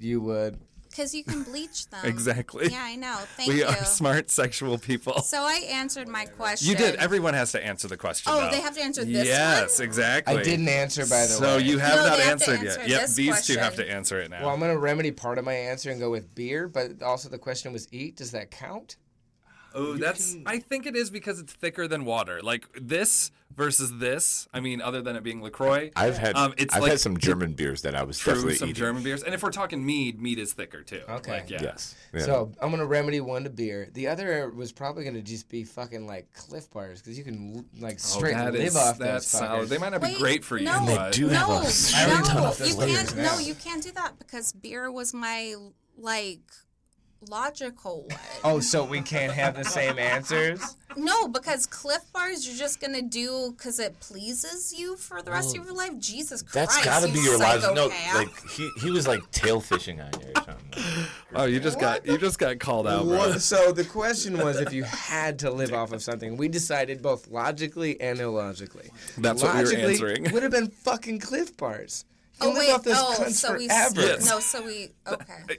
[SPEAKER 1] You would.
[SPEAKER 2] Because you can bleach them.
[SPEAKER 3] Exactly.
[SPEAKER 2] Yeah, I know. Thank
[SPEAKER 3] we
[SPEAKER 2] you.
[SPEAKER 3] are smart sexual people.
[SPEAKER 2] So I answered my question.
[SPEAKER 3] You did. Everyone has to answer the question.
[SPEAKER 2] Oh,
[SPEAKER 3] though.
[SPEAKER 2] they have to answer this
[SPEAKER 3] Yes,
[SPEAKER 2] one?
[SPEAKER 3] exactly.
[SPEAKER 1] I didn't answer by the
[SPEAKER 3] so
[SPEAKER 1] way.
[SPEAKER 3] you have
[SPEAKER 2] No,
[SPEAKER 3] not
[SPEAKER 2] they have to
[SPEAKER 3] answered
[SPEAKER 2] answer
[SPEAKER 3] yet. Yep,
[SPEAKER 2] this
[SPEAKER 3] these two have
[SPEAKER 2] question.
[SPEAKER 3] to answer it now.
[SPEAKER 1] Well, I'm gonna remedy part of my answer and go with beer, but also the question was eat. Does that count?
[SPEAKER 3] oh, that's. I think it is because it's thicker than water. Like this versus this. I mean, other than it being Lacroix,
[SPEAKER 4] I've had
[SPEAKER 3] Um, it's
[SPEAKER 4] I've
[SPEAKER 3] like-
[SPEAKER 4] had some German beers that I was
[SPEAKER 3] true.
[SPEAKER 4] definitely
[SPEAKER 3] Some
[SPEAKER 4] eating.
[SPEAKER 3] German beers, and if we're talking mead, mead is thicker too.
[SPEAKER 1] Okay.
[SPEAKER 3] Like, yeah.
[SPEAKER 4] Yes. Yeah.
[SPEAKER 1] So I'm gonna remedy one to beer. The other was probably gonna just be fucking like Cliff Bars because you can like
[SPEAKER 3] Oh,
[SPEAKER 1] straight
[SPEAKER 3] that
[SPEAKER 1] live
[SPEAKER 3] is-
[SPEAKER 1] off
[SPEAKER 3] that's
[SPEAKER 1] those fuckers.
[SPEAKER 3] solid. They might not
[SPEAKER 2] Wait,
[SPEAKER 3] be great for you,
[SPEAKER 2] No,
[SPEAKER 4] they
[SPEAKER 3] but
[SPEAKER 4] do
[SPEAKER 2] no,
[SPEAKER 4] have a
[SPEAKER 2] no,
[SPEAKER 4] shit
[SPEAKER 1] ton of
[SPEAKER 2] you
[SPEAKER 1] flavors
[SPEAKER 2] can't.
[SPEAKER 1] now.
[SPEAKER 2] No, you can't do that because beer was my like logical one.
[SPEAKER 1] Oh, so we can't have the same answers?
[SPEAKER 2] No, because Cliff Bars you're just gonna do because it pleases you for the rest of your life. Jesus Christ,
[SPEAKER 4] That's gotta
[SPEAKER 2] you
[SPEAKER 4] be your lives. No,
[SPEAKER 2] psychopath.
[SPEAKER 4] like he, he was like tail fishing on you or something.
[SPEAKER 3] oh, you just got you just got called out, bro.
[SPEAKER 1] What- so the question was if you had to live off of something. We decided both logically and illogically.
[SPEAKER 3] That's what we were
[SPEAKER 1] Logically,
[SPEAKER 3] answering.
[SPEAKER 1] Would have been fucking Cliff Bars. You
[SPEAKER 2] oh
[SPEAKER 1] live
[SPEAKER 2] wait,
[SPEAKER 1] off those
[SPEAKER 2] oh,
[SPEAKER 1] cunts
[SPEAKER 2] so we
[SPEAKER 1] forever. uh,
[SPEAKER 3] Yes.
[SPEAKER 2] no, so we okay.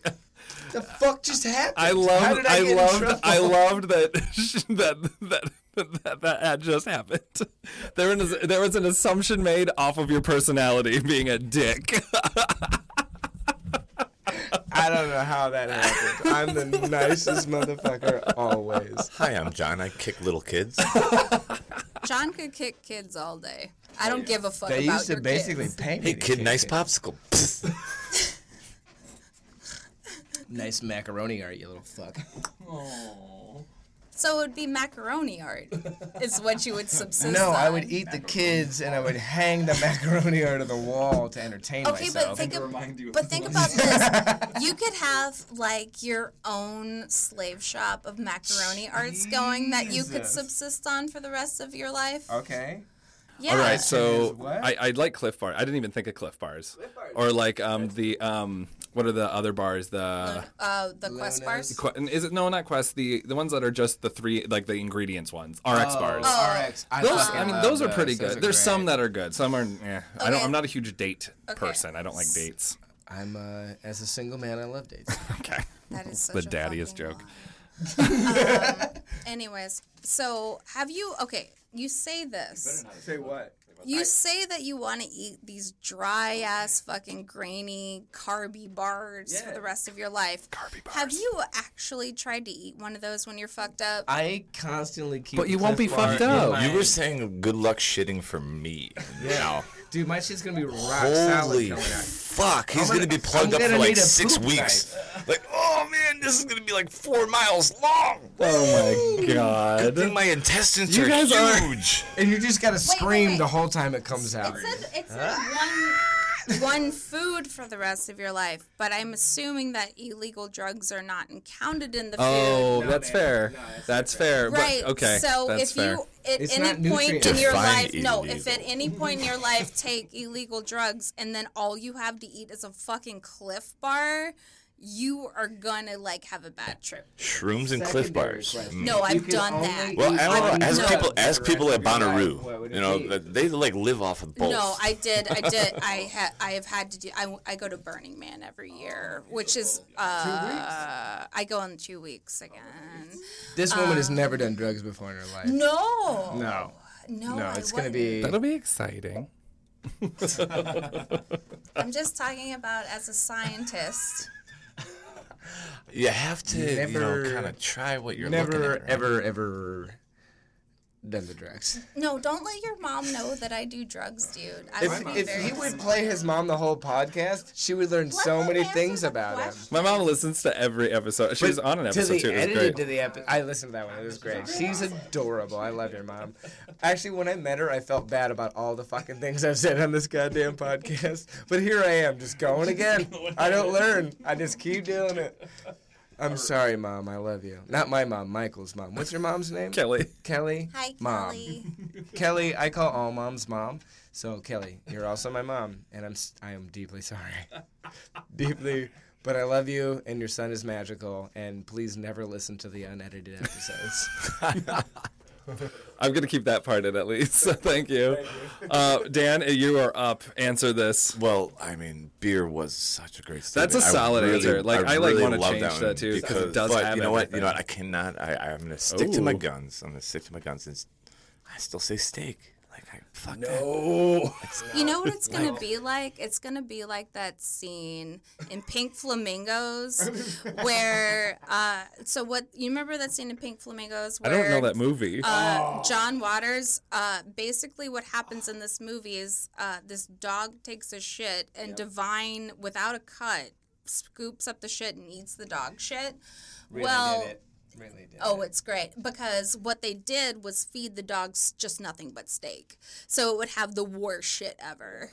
[SPEAKER 1] The fuck just happened?
[SPEAKER 3] I
[SPEAKER 1] How
[SPEAKER 3] loved.
[SPEAKER 1] did
[SPEAKER 3] I,
[SPEAKER 1] get in
[SPEAKER 3] loved.
[SPEAKER 1] trouble?
[SPEAKER 3] I loved that that that. That, that ad just happened. There was, there was an assumption made off of your personality being a dick.
[SPEAKER 1] I don't know how that happened. I'm the nicest motherfucker always.
[SPEAKER 4] Hi, I'm John. I kick little kids.
[SPEAKER 2] John could kick kids all day. I don't give a fuck
[SPEAKER 1] uh, They
[SPEAKER 2] about
[SPEAKER 1] used to
[SPEAKER 2] your
[SPEAKER 1] basically
[SPEAKER 2] kids.
[SPEAKER 1] pay me.
[SPEAKER 4] Hey,
[SPEAKER 1] to
[SPEAKER 4] kid,
[SPEAKER 1] kick
[SPEAKER 4] nice
[SPEAKER 1] it.
[SPEAKER 4] popsicle. Psst.
[SPEAKER 1] Nice macaroni art, you little fuck.
[SPEAKER 2] So it would be macaroni art, is what you would subsist.
[SPEAKER 1] No, I
[SPEAKER 2] on.
[SPEAKER 1] would eat the kids and I would hang the macaroni art on the wall to entertain
[SPEAKER 2] Okay, but
[SPEAKER 1] myself.
[SPEAKER 2] think,
[SPEAKER 6] to
[SPEAKER 2] ab-
[SPEAKER 6] remind you of
[SPEAKER 2] but
[SPEAKER 6] the
[SPEAKER 2] think
[SPEAKER 6] one.
[SPEAKER 2] about this. You could have like your own slave shop of macaroni arts going that you could
[SPEAKER 1] Jesus.
[SPEAKER 2] subsist on for the rest of your life.
[SPEAKER 1] okay.
[SPEAKER 2] Yeah.
[SPEAKER 3] All right,
[SPEAKER 1] Question
[SPEAKER 3] so
[SPEAKER 1] is what?
[SPEAKER 3] I, I like Cliff Bar. I didn't even think of Cliff Bars, or like um the um what are the other bars? The
[SPEAKER 2] uh, the quest
[SPEAKER 1] Lunas.
[SPEAKER 2] bars.
[SPEAKER 3] Que- is it no not Quest the the ones that are just the three like the ingredients ones RX bars.
[SPEAKER 2] Oh.
[SPEAKER 1] RX. I
[SPEAKER 3] Those,
[SPEAKER 1] fucking
[SPEAKER 3] I mean,
[SPEAKER 1] love
[SPEAKER 3] those are pretty
[SPEAKER 1] Those
[SPEAKER 3] good. There's some
[SPEAKER 1] great.
[SPEAKER 3] that are good. Some are. Eh. I don't.
[SPEAKER 2] Okay.
[SPEAKER 3] I'm not a huge date
[SPEAKER 2] Okay.
[SPEAKER 3] person. I don't like dates.
[SPEAKER 1] I'm uh, as a single man, I love dates.
[SPEAKER 3] Okay.
[SPEAKER 2] That is such
[SPEAKER 3] The
[SPEAKER 2] a
[SPEAKER 3] daddiest
[SPEAKER 2] fucking
[SPEAKER 3] joke.
[SPEAKER 2] lie. Anyways, so have you? Okay, you say this.
[SPEAKER 6] Say what?
[SPEAKER 2] You say that you want to eat these dry ass fucking grainy carby bars for
[SPEAKER 6] Yeah.
[SPEAKER 2] the rest of your life.
[SPEAKER 3] Carby bars.
[SPEAKER 2] Have you actually tried to eat one of those when you're fucked up?
[SPEAKER 1] I constantly keep.
[SPEAKER 3] But you
[SPEAKER 1] the
[SPEAKER 3] won't
[SPEAKER 1] Clif
[SPEAKER 3] be
[SPEAKER 1] Bar
[SPEAKER 3] fucked
[SPEAKER 1] in
[SPEAKER 3] up.
[SPEAKER 1] my-
[SPEAKER 4] You were saying good luck shitting for me. Now,
[SPEAKER 1] dude. My shit's gonna be rock solid
[SPEAKER 4] holy
[SPEAKER 1] coming out.
[SPEAKER 4] fuck, he's
[SPEAKER 1] I'm
[SPEAKER 4] gonna,
[SPEAKER 1] gonna-
[SPEAKER 4] be plugged
[SPEAKER 1] I'm
[SPEAKER 4] up
[SPEAKER 1] gonna
[SPEAKER 4] for like
[SPEAKER 1] need a
[SPEAKER 4] six
[SPEAKER 1] poop
[SPEAKER 4] weeks. Like, oh man, this is gonna be like four miles long.
[SPEAKER 3] Oh my
[SPEAKER 4] Good thing
[SPEAKER 3] god.
[SPEAKER 4] my intestines
[SPEAKER 3] You
[SPEAKER 4] are
[SPEAKER 3] guys are-
[SPEAKER 4] huge.
[SPEAKER 1] And you just gotta scream
[SPEAKER 2] wait.
[SPEAKER 1] the whole time it comes out.
[SPEAKER 2] It said, it said one, one food for the rest of your life, but I'm assuming that illegal drugs are not counted in the food.
[SPEAKER 3] Oh, that's
[SPEAKER 6] man.
[SPEAKER 3] fair.
[SPEAKER 6] No,
[SPEAKER 3] that's, fair. but-
[SPEAKER 2] Right.
[SPEAKER 3] okay.
[SPEAKER 2] So
[SPEAKER 3] that's
[SPEAKER 2] if
[SPEAKER 3] fair.
[SPEAKER 2] you at
[SPEAKER 1] It's
[SPEAKER 2] any
[SPEAKER 1] not
[SPEAKER 2] point
[SPEAKER 1] nutrient-
[SPEAKER 2] in your
[SPEAKER 4] Define
[SPEAKER 2] life, no, if
[SPEAKER 4] illegal.
[SPEAKER 2] at any point in your life take illegal drugs and then all you have to eat is a fucking Cliff Bar, you are gonna like have a bad trip.
[SPEAKER 4] Shrooms and Cliff Bars. Mm.
[SPEAKER 2] No, I've
[SPEAKER 1] can
[SPEAKER 2] done
[SPEAKER 1] only
[SPEAKER 2] that.
[SPEAKER 4] Well, I
[SPEAKER 2] I've
[SPEAKER 4] don't know. Ask
[SPEAKER 2] no.
[SPEAKER 4] people, ask people at
[SPEAKER 1] What would
[SPEAKER 4] Bonnaroo.
[SPEAKER 1] it
[SPEAKER 4] You know,
[SPEAKER 1] be?
[SPEAKER 4] that- they like live off of both.
[SPEAKER 2] No, I did. I did. I ha- I have had to do. I, I go to Burning Man every year, which is uh, I go in two weeks again.
[SPEAKER 1] This woman has never done drugs before in her life.
[SPEAKER 2] No, Oh
[SPEAKER 1] No,
[SPEAKER 2] no,
[SPEAKER 1] no,
[SPEAKER 2] I
[SPEAKER 1] it's gonna
[SPEAKER 2] wouldn't.
[SPEAKER 1] be.
[SPEAKER 3] That'll be exciting.
[SPEAKER 2] I'm just talking about as a scientist.
[SPEAKER 4] You have to, you,
[SPEAKER 1] Never-
[SPEAKER 4] know, kind of try what you're looking at.
[SPEAKER 1] Never,
[SPEAKER 4] right?
[SPEAKER 1] ever, ever done the drugs.
[SPEAKER 2] No, don't let your mom know that I do drugs, dude. I
[SPEAKER 1] If,
[SPEAKER 2] would be
[SPEAKER 1] if
[SPEAKER 2] very
[SPEAKER 1] he would play his mom the whole podcast, she would learn
[SPEAKER 2] Let
[SPEAKER 1] so
[SPEAKER 2] them
[SPEAKER 1] many
[SPEAKER 2] answer
[SPEAKER 1] things
[SPEAKER 2] the
[SPEAKER 1] about him.
[SPEAKER 2] question.
[SPEAKER 3] My mom listens to every episode. She was on an
[SPEAKER 1] to
[SPEAKER 3] episode
[SPEAKER 1] the
[SPEAKER 3] too. It was
[SPEAKER 1] edited
[SPEAKER 3] great.
[SPEAKER 1] to the episode. I listened to that one. It was great. She's adorable. I love your mom. Actually, when I met her, I felt bad about all the fucking things I've said on this goddamn podcast. But here I am, just going again. I don't learn. I just keep doing it. I'm sorry, mom. I love you. Not my mom, Michael's mom. What's your mom's name?
[SPEAKER 3] Kelly.
[SPEAKER 1] Kelly.
[SPEAKER 2] Hi,
[SPEAKER 1] Mom.
[SPEAKER 2] Kelly.
[SPEAKER 1] Kelly. I call all moms mom. So Kelly, you're also my mom, and I'm s- I am deeply sorry, deeply. But I love you, and your son is magical. And please never listen to the unedited episodes.
[SPEAKER 3] I'm gonna keep that part in at least. So thank you, Uh, Dan. You are up. Answer this.
[SPEAKER 4] Well, I mean, beer was such a great.
[SPEAKER 3] That's
[SPEAKER 4] Statement.
[SPEAKER 3] a
[SPEAKER 4] I
[SPEAKER 3] solid answer. Like, I, like, wanna
[SPEAKER 4] love
[SPEAKER 3] change that
[SPEAKER 4] one
[SPEAKER 3] too, 'cause it does
[SPEAKER 4] but
[SPEAKER 3] have
[SPEAKER 4] you know what? You know
[SPEAKER 3] everything.
[SPEAKER 4] what? I cannot. I, I'm gonna stick to my
[SPEAKER 3] Ooh.
[SPEAKER 4] guns. I'm gonna stick to my guns, and s- I still say steak. Like I fuck that.
[SPEAKER 3] Oh,
[SPEAKER 2] You know what it's gonna be like? It's gonna be like that scene in Pink Flamingos, where uh, so what? You remember that scene in Pink Flamingos?
[SPEAKER 3] I
[SPEAKER 2] Where,
[SPEAKER 3] don't know that movie.
[SPEAKER 1] Oh.
[SPEAKER 2] Uh, John Waters. Uh, basically, what happens in this movie is uh, this dog takes a shit, and Divine, without a cut, scoops up the shit and eats the dog shit.
[SPEAKER 1] Really
[SPEAKER 2] well,
[SPEAKER 1] did it. Really did
[SPEAKER 2] Oh,
[SPEAKER 1] it.
[SPEAKER 2] it's great because what they did was feed the dogs just nothing but steak, so it would have the worst shit ever.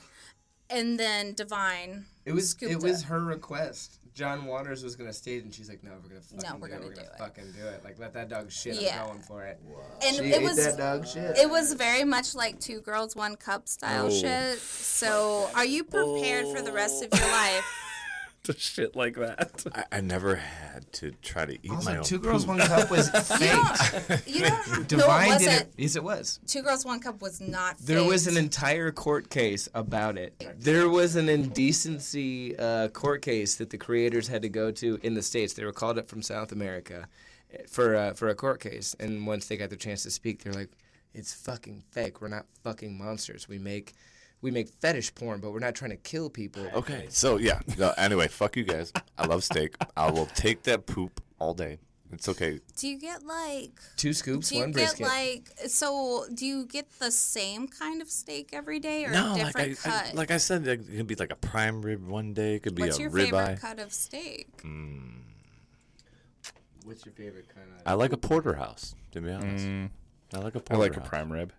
[SPEAKER 2] And then Divine,
[SPEAKER 1] It was
[SPEAKER 2] scooped
[SPEAKER 1] it was
[SPEAKER 2] up.
[SPEAKER 1] her request. John Waters was gonna stage, and she's like, "No, we're gonna fucking
[SPEAKER 2] we're
[SPEAKER 1] do
[SPEAKER 2] gonna
[SPEAKER 1] it. We're
[SPEAKER 2] do
[SPEAKER 1] gonna
[SPEAKER 2] it."
[SPEAKER 1] fucking do it. Like, let that dog shit.
[SPEAKER 2] Yeah.
[SPEAKER 1] I'm going for it."
[SPEAKER 2] and
[SPEAKER 1] She
[SPEAKER 2] it
[SPEAKER 1] ate
[SPEAKER 2] was
[SPEAKER 1] that dog shit.
[SPEAKER 2] it was very much like two girls one cup style
[SPEAKER 3] Oh.
[SPEAKER 2] shit. So, are you prepared for the rest of your life?
[SPEAKER 3] to shit like that.
[SPEAKER 4] I, I never had to try to eat my
[SPEAKER 1] also,
[SPEAKER 4] own.
[SPEAKER 1] two girls, one cup was
[SPEAKER 2] You
[SPEAKER 1] fake.
[SPEAKER 2] don't, you don't have
[SPEAKER 1] Divine
[SPEAKER 2] no, it
[SPEAKER 1] Oh. did
[SPEAKER 2] wasn't.
[SPEAKER 1] it. Yes, it was.
[SPEAKER 2] Two girls one cup was not.
[SPEAKER 1] There was an
[SPEAKER 2] faked.
[SPEAKER 1] entire court case about it. There was an indecency uh, court case that the creators had to go to in the states. They were called up from South America for uh, for a court case, and once they got their chance to speak, they're like, "It's fucking fake. We're not fucking monsters. We make." We make fetish porn, but we're not trying to kill people.
[SPEAKER 4] Okay, so yeah. No, anyway, fuck you guys. I love steak. I will take that poop all day. It's okay.
[SPEAKER 2] Do you get like?
[SPEAKER 1] Two scoops,
[SPEAKER 2] Do you
[SPEAKER 1] one
[SPEAKER 2] get
[SPEAKER 1] brisket.
[SPEAKER 2] like? So, do you get the same kind of steak every day or
[SPEAKER 4] No,
[SPEAKER 2] a
[SPEAKER 4] like I,
[SPEAKER 2] different cut?
[SPEAKER 4] I like I said, it could be like a prime rib one day. It could be
[SPEAKER 2] What's
[SPEAKER 4] a
[SPEAKER 2] your favorite
[SPEAKER 4] ribeye. Mm.
[SPEAKER 2] cut of steak?
[SPEAKER 1] What's your favorite kind of?
[SPEAKER 4] I like a porterhouse. To be honest, Mm. I like a
[SPEAKER 3] I
[SPEAKER 4] porterhouse.
[SPEAKER 3] like a prime rib.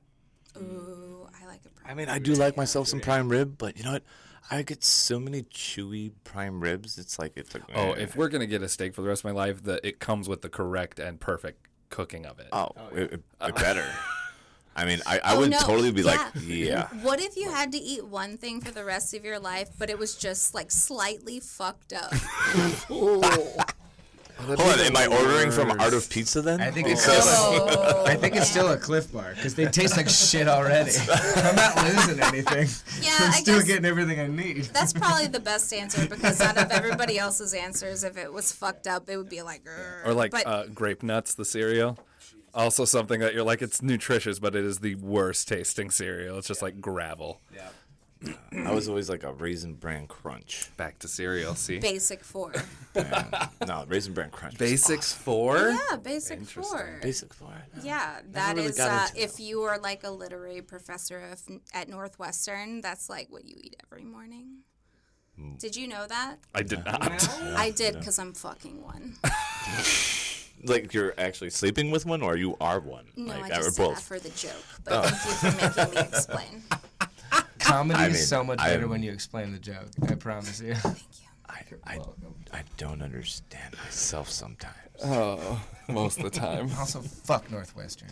[SPEAKER 2] Ooh, I like a
[SPEAKER 4] I
[SPEAKER 2] prime.
[SPEAKER 4] mean, I do like myself some prime rib, but you know what? I get so many chewy prime ribs. It's like it's like eh.
[SPEAKER 3] Oh, if we're gonna get a steak for the rest of my life, that it comes with the correct and perfect cooking of it.
[SPEAKER 4] oh, it, it- it better. I mean, I, I
[SPEAKER 2] Oh,
[SPEAKER 4] would
[SPEAKER 2] no,
[SPEAKER 4] totally be like, yeah.
[SPEAKER 2] yeah. What if you had to eat one thing for the rest of your life, but it was just like slightly fucked up?
[SPEAKER 4] Hold on, am I ordering from Art of Pizza then?
[SPEAKER 1] I think it's
[SPEAKER 4] Because-
[SPEAKER 2] Oh,
[SPEAKER 1] I think it's still a Cliff Bar because they taste like shit already. I'm not losing anything.
[SPEAKER 2] Yeah,
[SPEAKER 1] I'm
[SPEAKER 2] I
[SPEAKER 1] still
[SPEAKER 2] guess-
[SPEAKER 1] getting everything I need.
[SPEAKER 2] that's probably the best answer because out of everybody else's answers, if it was fucked up, it would be like. "Grr."
[SPEAKER 3] or like
[SPEAKER 2] but
[SPEAKER 3] uh, grape nuts, the cereal. Also, something that you're like, it's nutritious, but it is the worst tasting cereal. It's just like gravel.
[SPEAKER 4] I was always like a Raisin Bran Crunch.
[SPEAKER 3] Back to cereal. See,
[SPEAKER 2] basic four.
[SPEAKER 4] No, Raisin Bran Crunch. was
[SPEAKER 3] basics four.
[SPEAKER 2] Yeah, basic four.
[SPEAKER 4] awesome. Basic for it.
[SPEAKER 2] Yeah, that
[SPEAKER 4] really
[SPEAKER 2] is
[SPEAKER 4] got
[SPEAKER 2] uh,
[SPEAKER 4] into that
[SPEAKER 2] if you are like a literary professor of, at Northwestern, that's like what you eat every morning.
[SPEAKER 4] Mm.
[SPEAKER 2] Did you know that?
[SPEAKER 3] I did not.
[SPEAKER 2] I did because I'm fucking one.
[SPEAKER 4] Like you're actually sleeping with one, or you are one.
[SPEAKER 2] No,
[SPEAKER 4] like
[SPEAKER 2] I just
[SPEAKER 4] or
[SPEAKER 2] did that for the joke. But
[SPEAKER 3] Oh.
[SPEAKER 2] thank you for making me explain.
[SPEAKER 1] Comedy
[SPEAKER 4] I mean,
[SPEAKER 1] is so much
[SPEAKER 4] I'm-
[SPEAKER 1] better when you explain the joke. I promise you.
[SPEAKER 4] I, I, I don't understand myself sometimes.
[SPEAKER 3] Oh, most of the time.
[SPEAKER 1] Also, fuck Northwestern.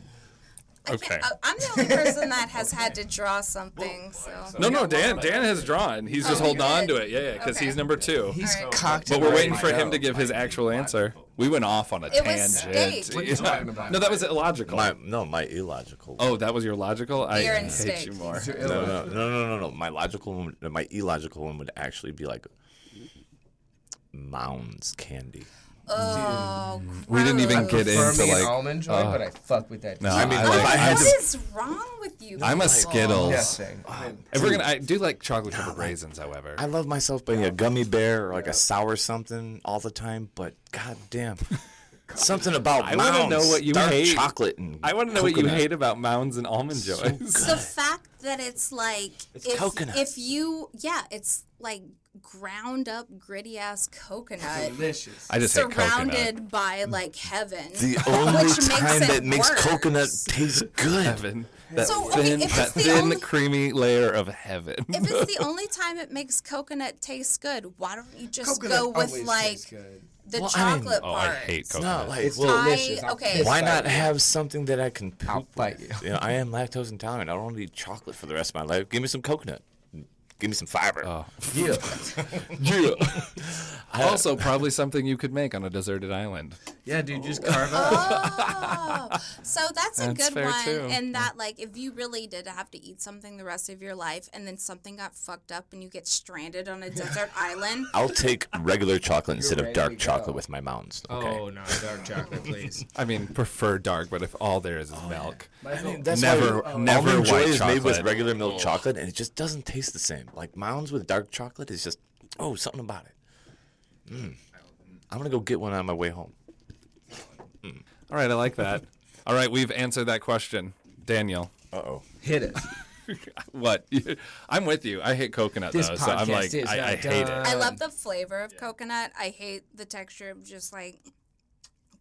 [SPEAKER 3] Okay.
[SPEAKER 2] I, I'm the only person that has had to draw something, so.
[SPEAKER 3] No, no, Dan. Dan has drawn. He's just
[SPEAKER 2] Oh,
[SPEAKER 3] holding
[SPEAKER 2] he
[SPEAKER 3] on
[SPEAKER 2] did?
[SPEAKER 3] to it. Yeah, yeah, because
[SPEAKER 2] Okay.
[SPEAKER 3] he's number two.
[SPEAKER 1] He's
[SPEAKER 2] All right.
[SPEAKER 1] cocked. Oh
[SPEAKER 3] But
[SPEAKER 1] and
[SPEAKER 3] we're
[SPEAKER 1] ready
[SPEAKER 3] waiting for him
[SPEAKER 1] go.
[SPEAKER 3] to give his actual answer. We went off on a
[SPEAKER 2] It was
[SPEAKER 3] tangent.
[SPEAKER 2] steak. What
[SPEAKER 1] are you talking about?
[SPEAKER 3] No, that was illogical.
[SPEAKER 4] My no, my illogical.
[SPEAKER 3] oh, that was your logical. I
[SPEAKER 2] Beer and
[SPEAKER 3] hate
[SPEAKER 2] steak.
[SPEAKER 3] you more.
[SPEAKER 1] You're
[SPEAKER 4] no,
[SPEAKER 1] ill.
[SPEAKER 4] no, no, no, no, no. My logical one, would- my illogical one would actually be like Mounds candy.
[SPEAKER 2] Oh,
[SPEAKER 3] We didn't even
[SPEAKER 2] gross.
[SPEAKER 3] get
[SPEAKER 1] Prefer
[SPEAKER 3] into
[SPEAKER 1] me an
[SPEAKER 3] like.
[SPEAKER 1] almond joy, but uh, I fuck with that.
[SPEAKER 3] No,
[SPEAKER 1] cheese.
[SPEAKER 3] I mean,
[SPEAKER 2] Oh,
[SPEAKER 3] like, I had
[SPEAKER 2] what
[SPEAKER 3] to
[SPEAKER 2] is wrong with you?
[SPEAKER 3] I'm a
[SPEAKER 2] people?
[SPEAKER 3] Skittles.
[SPEAKER 1] Yes, thing.
[SPEAKER 3] If we're gonna, I do like chocolate covered raisins, however.
[SPEAKER 4] I love myself being a gummy bear or like a sour something all the time, but goddamn, something about
[SPEAKER 3] I wanna
[SPEAKER 4] Mounds.
[SPEAKER 3] know what you
[SPEAKER 4] dark
[SPEAKER 3] hate.
[SPEAKER 4] chocolate and
[SPEAKER 3] I want to know what you
[SPEAKER 4] coconut.
[SPEAKER 3] hate about mounds and almond joys.
[SPEAKER 2] It's the fact that it's like
[SPEAKER 4] It's
[SPEAKER 2] if,
[SPEAKER 4] coconut.
[SPEAKER 2] if you yeah it's like ground up gritty ass coconut
[SPEAKER 1] Delicious.
[SPEAKER 3] I just hate coconut.
[SPEAKER 2] surrounded by like heaven.
[SPEAKER 4] The only
[SPEAKER 2] Which makes
[SPEAKER 4] time
[SPEAKER 2] it
[SPEAKER 4] that makes
[SPEAKER 2] worse.
[SPEAKER 4] coconut taste good.
[SPEAKER 3] Heaven. That
[SPEAKER 2] So, okay,
[SPEAKER 3] thin,
[SPEAKER 2] if it's
[SPEAKER 3] that
[SPEAKER 2] the
[SPEAKER 3] thin
[SPEAKER 2] only-
[SPEAKER 3] creamy layer of heaven.
[SPEAKER 2] if it's the only time it makes coconut taste good, why don't you just go with like the
[SPEAKER 3] Well, I mean-
[SPEAKER 2] chocolate
[SPEAKER 3] oh,
[SPEAKER 2] part?
[SPEAKER 3] I hate
[SPEAKER 4] It's
[SPEAKER 3] coconut.
[SPEAKER 4] not like
[SPEAKER 6] It's
[SPEAKER 4] well,
[SPEAKER 6] not-
[SPEAKER 2] I,
[SPEAKER 6] Delicious. I'm
[SPEAKER 2] okay.
[SPEAKER 6] pissed.
[SPEAKER 4] why not
[SPEAKER 6] bite you.
[SPEAKER 4] have something that I can poop?
[SPEAKER 6] I'll bite
[SPEAKER 4] with?
[SPEAKER 6] you.
[SPEAKER 4] know, I am lactose intolerant. I don't want to eat chocolate for the rest of my life. Give me some coconut. Give me some fiber.
[SPEAKER 3] Oh.
[SPEAKER 4] yeah. yeah.
[SPEAKER 3] also, probably something you could make on a deserted island.
[SPEAKER 1] Yeah, dude, just carve out.
[SPEAKER 2] Oh, so that's a
[SPEAKER 3] That's
[SPEAKER 2] good
[SPEAKER 3] fair,
[SPEAKER 2] one.
[SPEAKER 3] too.
[SPEAKER 2] And that, like, if you really did have to eat something the rest of your life, and then something got fucked up, and you get stranded on a desert island,
[SPEAKER 4] I'll take regular chocolate instead of
[SPEAKER 6] ready to
[SPEAKER 4] dark chocolate
[SPEAKER 6] go.
[SPEAKER 4] with my mounds. Okay.
[SPEAKER 1] Oh no, dark chocolate, please.
[SPEAKER 3] I mean, prefer dark, but if all there
[SPEAKER 4] Oh,
[SPEAKER 3] is is milk,
[SPEAKER 4] I mean, that's
[SPEAKER 3] Never-
[SPEAKER 4] why
[SPEAKER 3] never
[SPEAKER 4] almond joy
[SPEAKER 3] white
[SPEAKER 4] is made with
[SPEAKER 3] chocolate. Oh.
[SPEAKER 4] regular milk chocolate, and it just doesn't taste the same. Like mounds with dark chocolate is just oh something about it. Mm. I'm gonna go get one on my way home.
[SPEAKER 3] all right, I like that. all right, we've answered that question, Daniel.
[SPEAKER 4] Uh oh.
[SPEAKER 6] Hit it.
[SPEAKER 3] What? I'm with you. I hate coconut
[SPEAKER 6] This
[SPEAKER 3] though, so I'm
[SPEAKER 6] podcast
[SPEAKER 3] like,
[SPEAKER 6] is
[SPEAKER 3] I, I
[SPEAKER 6] not
[SPEAKER 3] hate it.
[SPEAKER 6] done.
[SPEAKER 2] I love the flavor of coconut. I hate the texture of just like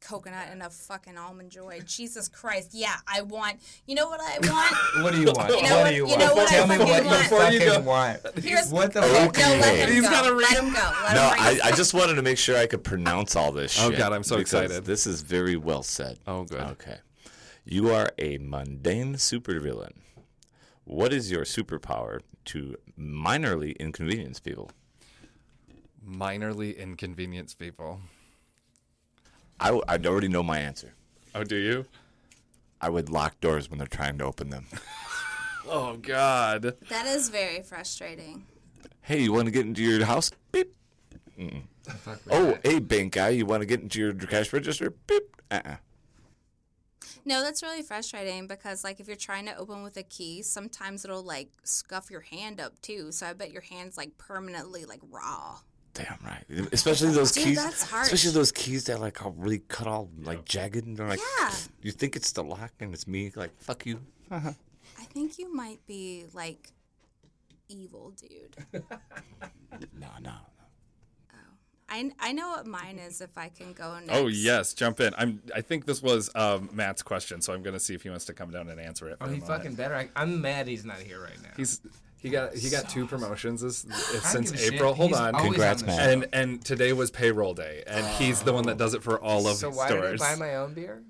[SPEAKER 2] coconut and a fucking almond joy. Jesus Christ. Yeah, I want. You know what I want?
[SPEAKER 1] What do you want?
[SPEAKER 2] You know
[SPEAKER 1] what
[SPEAKER 2] what-
[SPEAKER 1] do you
[SPEAKER 2] you
[SPEAKER 1] want?
[SPEAKER 2] know what I
[SPEAKER 1] Tell me
[SPEAKER 2] fucking
[SPEAKER 1] what
[SPEAKER 2] want.
[SPEAKER 1] you
[SPEAKER 2] Before
[SPEAKER 1] fucking
[SPEAKER 6] you go-
[SPEAKER 1] want.
[SPEAKER 2] Here's
[SPEAKER 1] What the
[SPEAKER 2] No,
[SPEAKER 1] fuck?
[SPEAKER 4] Okay.
[SPEAKER 2] no, let him
[SPEAKER 3] He's
[SPEAKER 2] go.
[SPEAKER 3] gotta read
[SPEAKER 2] let him go. Let
[SPEAKER 4] No,
[SPEAKER 2] him
[SPEAKER 4] I,
[SPEAKER 2] read
[SPEAKER 4] I just wanted to make sure I could pronounce all this
[SPEAKER 3] Oh,
[SPEAKER 4] shit.
[SPEAKER 3] God, I'm so
[SPEAKER 4] because
[SPEAKER 3] excited.
[SPEAKER 4] This is very well said.
[SPEAKER 3] Oh, good.
[SPEAKER 4] Okay. You are a mundane supervillain. What is your superpower to minorly inconvenience people?
[SPEAKER 3] Minorly inconvenience people.
[SPEAKER 4] I, w- I already know my answer.
[SPEAKER 3] Oh, do you?
[SPEAKER 4] I would lock doors when they're trying to open them.
[SPEAKER 3] Oh God.
[SPEAKER 2] that is very frustrating.
[SPEAKER 4] hey, you want to get into your house? Beep. Mm-mm. Oh, hey, bank guy, you want to get into your cash register? Beep. Uh-uh.
[SPEAKER 2] No, that's really frustrating because like if you're trying to open with a key, sometimes it'll like scuff your hand up too. So I bet your hand's like permanently like raw.
[SPEAKER 4] Damn right. Especially those
[SPEAKER 2] Dude,
[SPEAKER 4] keys.
[SPEAKER 2] that's harsh.
[SPEAKER 4] Especially those keys that like are really cut all like jagged and they're like,
[SPEAKER 2] Yeah.
[SPEAKER 4] you think it's the lock and it's me? Like, fuck you.
[SPEAKER 2] I think you might be like evil, dude.
[SPEAKER 4] No, no. no.
[SPEAKER 2] I, I know what mine is if I can go next.
[SPEAKER 3] Oh yes, jump in. I'm. I think this was um, Matt's question, so I'm gonna see if he wants to come down and answer it. For
[SPEAKER 1] Oh,
[SPEAKER 3] a
[SPEAKER 1] he
[SPEAKER 3] moment.
[SPEAKER 1] fucking better. I, I'm mad he's not here right now.
[SPEAKER 3] He's he got he got two promotions this, since
[SPEAKER 1] give a shit.
[SPEAKER 3] April. Hold
[SPEAKER 1] He's
[SPEAKER 3] on.
[SPEAKER 1] always
[SPEAKER 4] Congrats,
[SPEAKER 1] on the
[SPEAKER 4] man.
[SPEAKER 1] show.
[SPEAKER 3] And and today was payroll day, and he's the one that does it for all of
[SPEAKER 1] So
[SPEAKER 3] his
[SPEAKER 1] why did I
[SPEAKER 3] stores.
[SPEAKER 1] buy my own beer?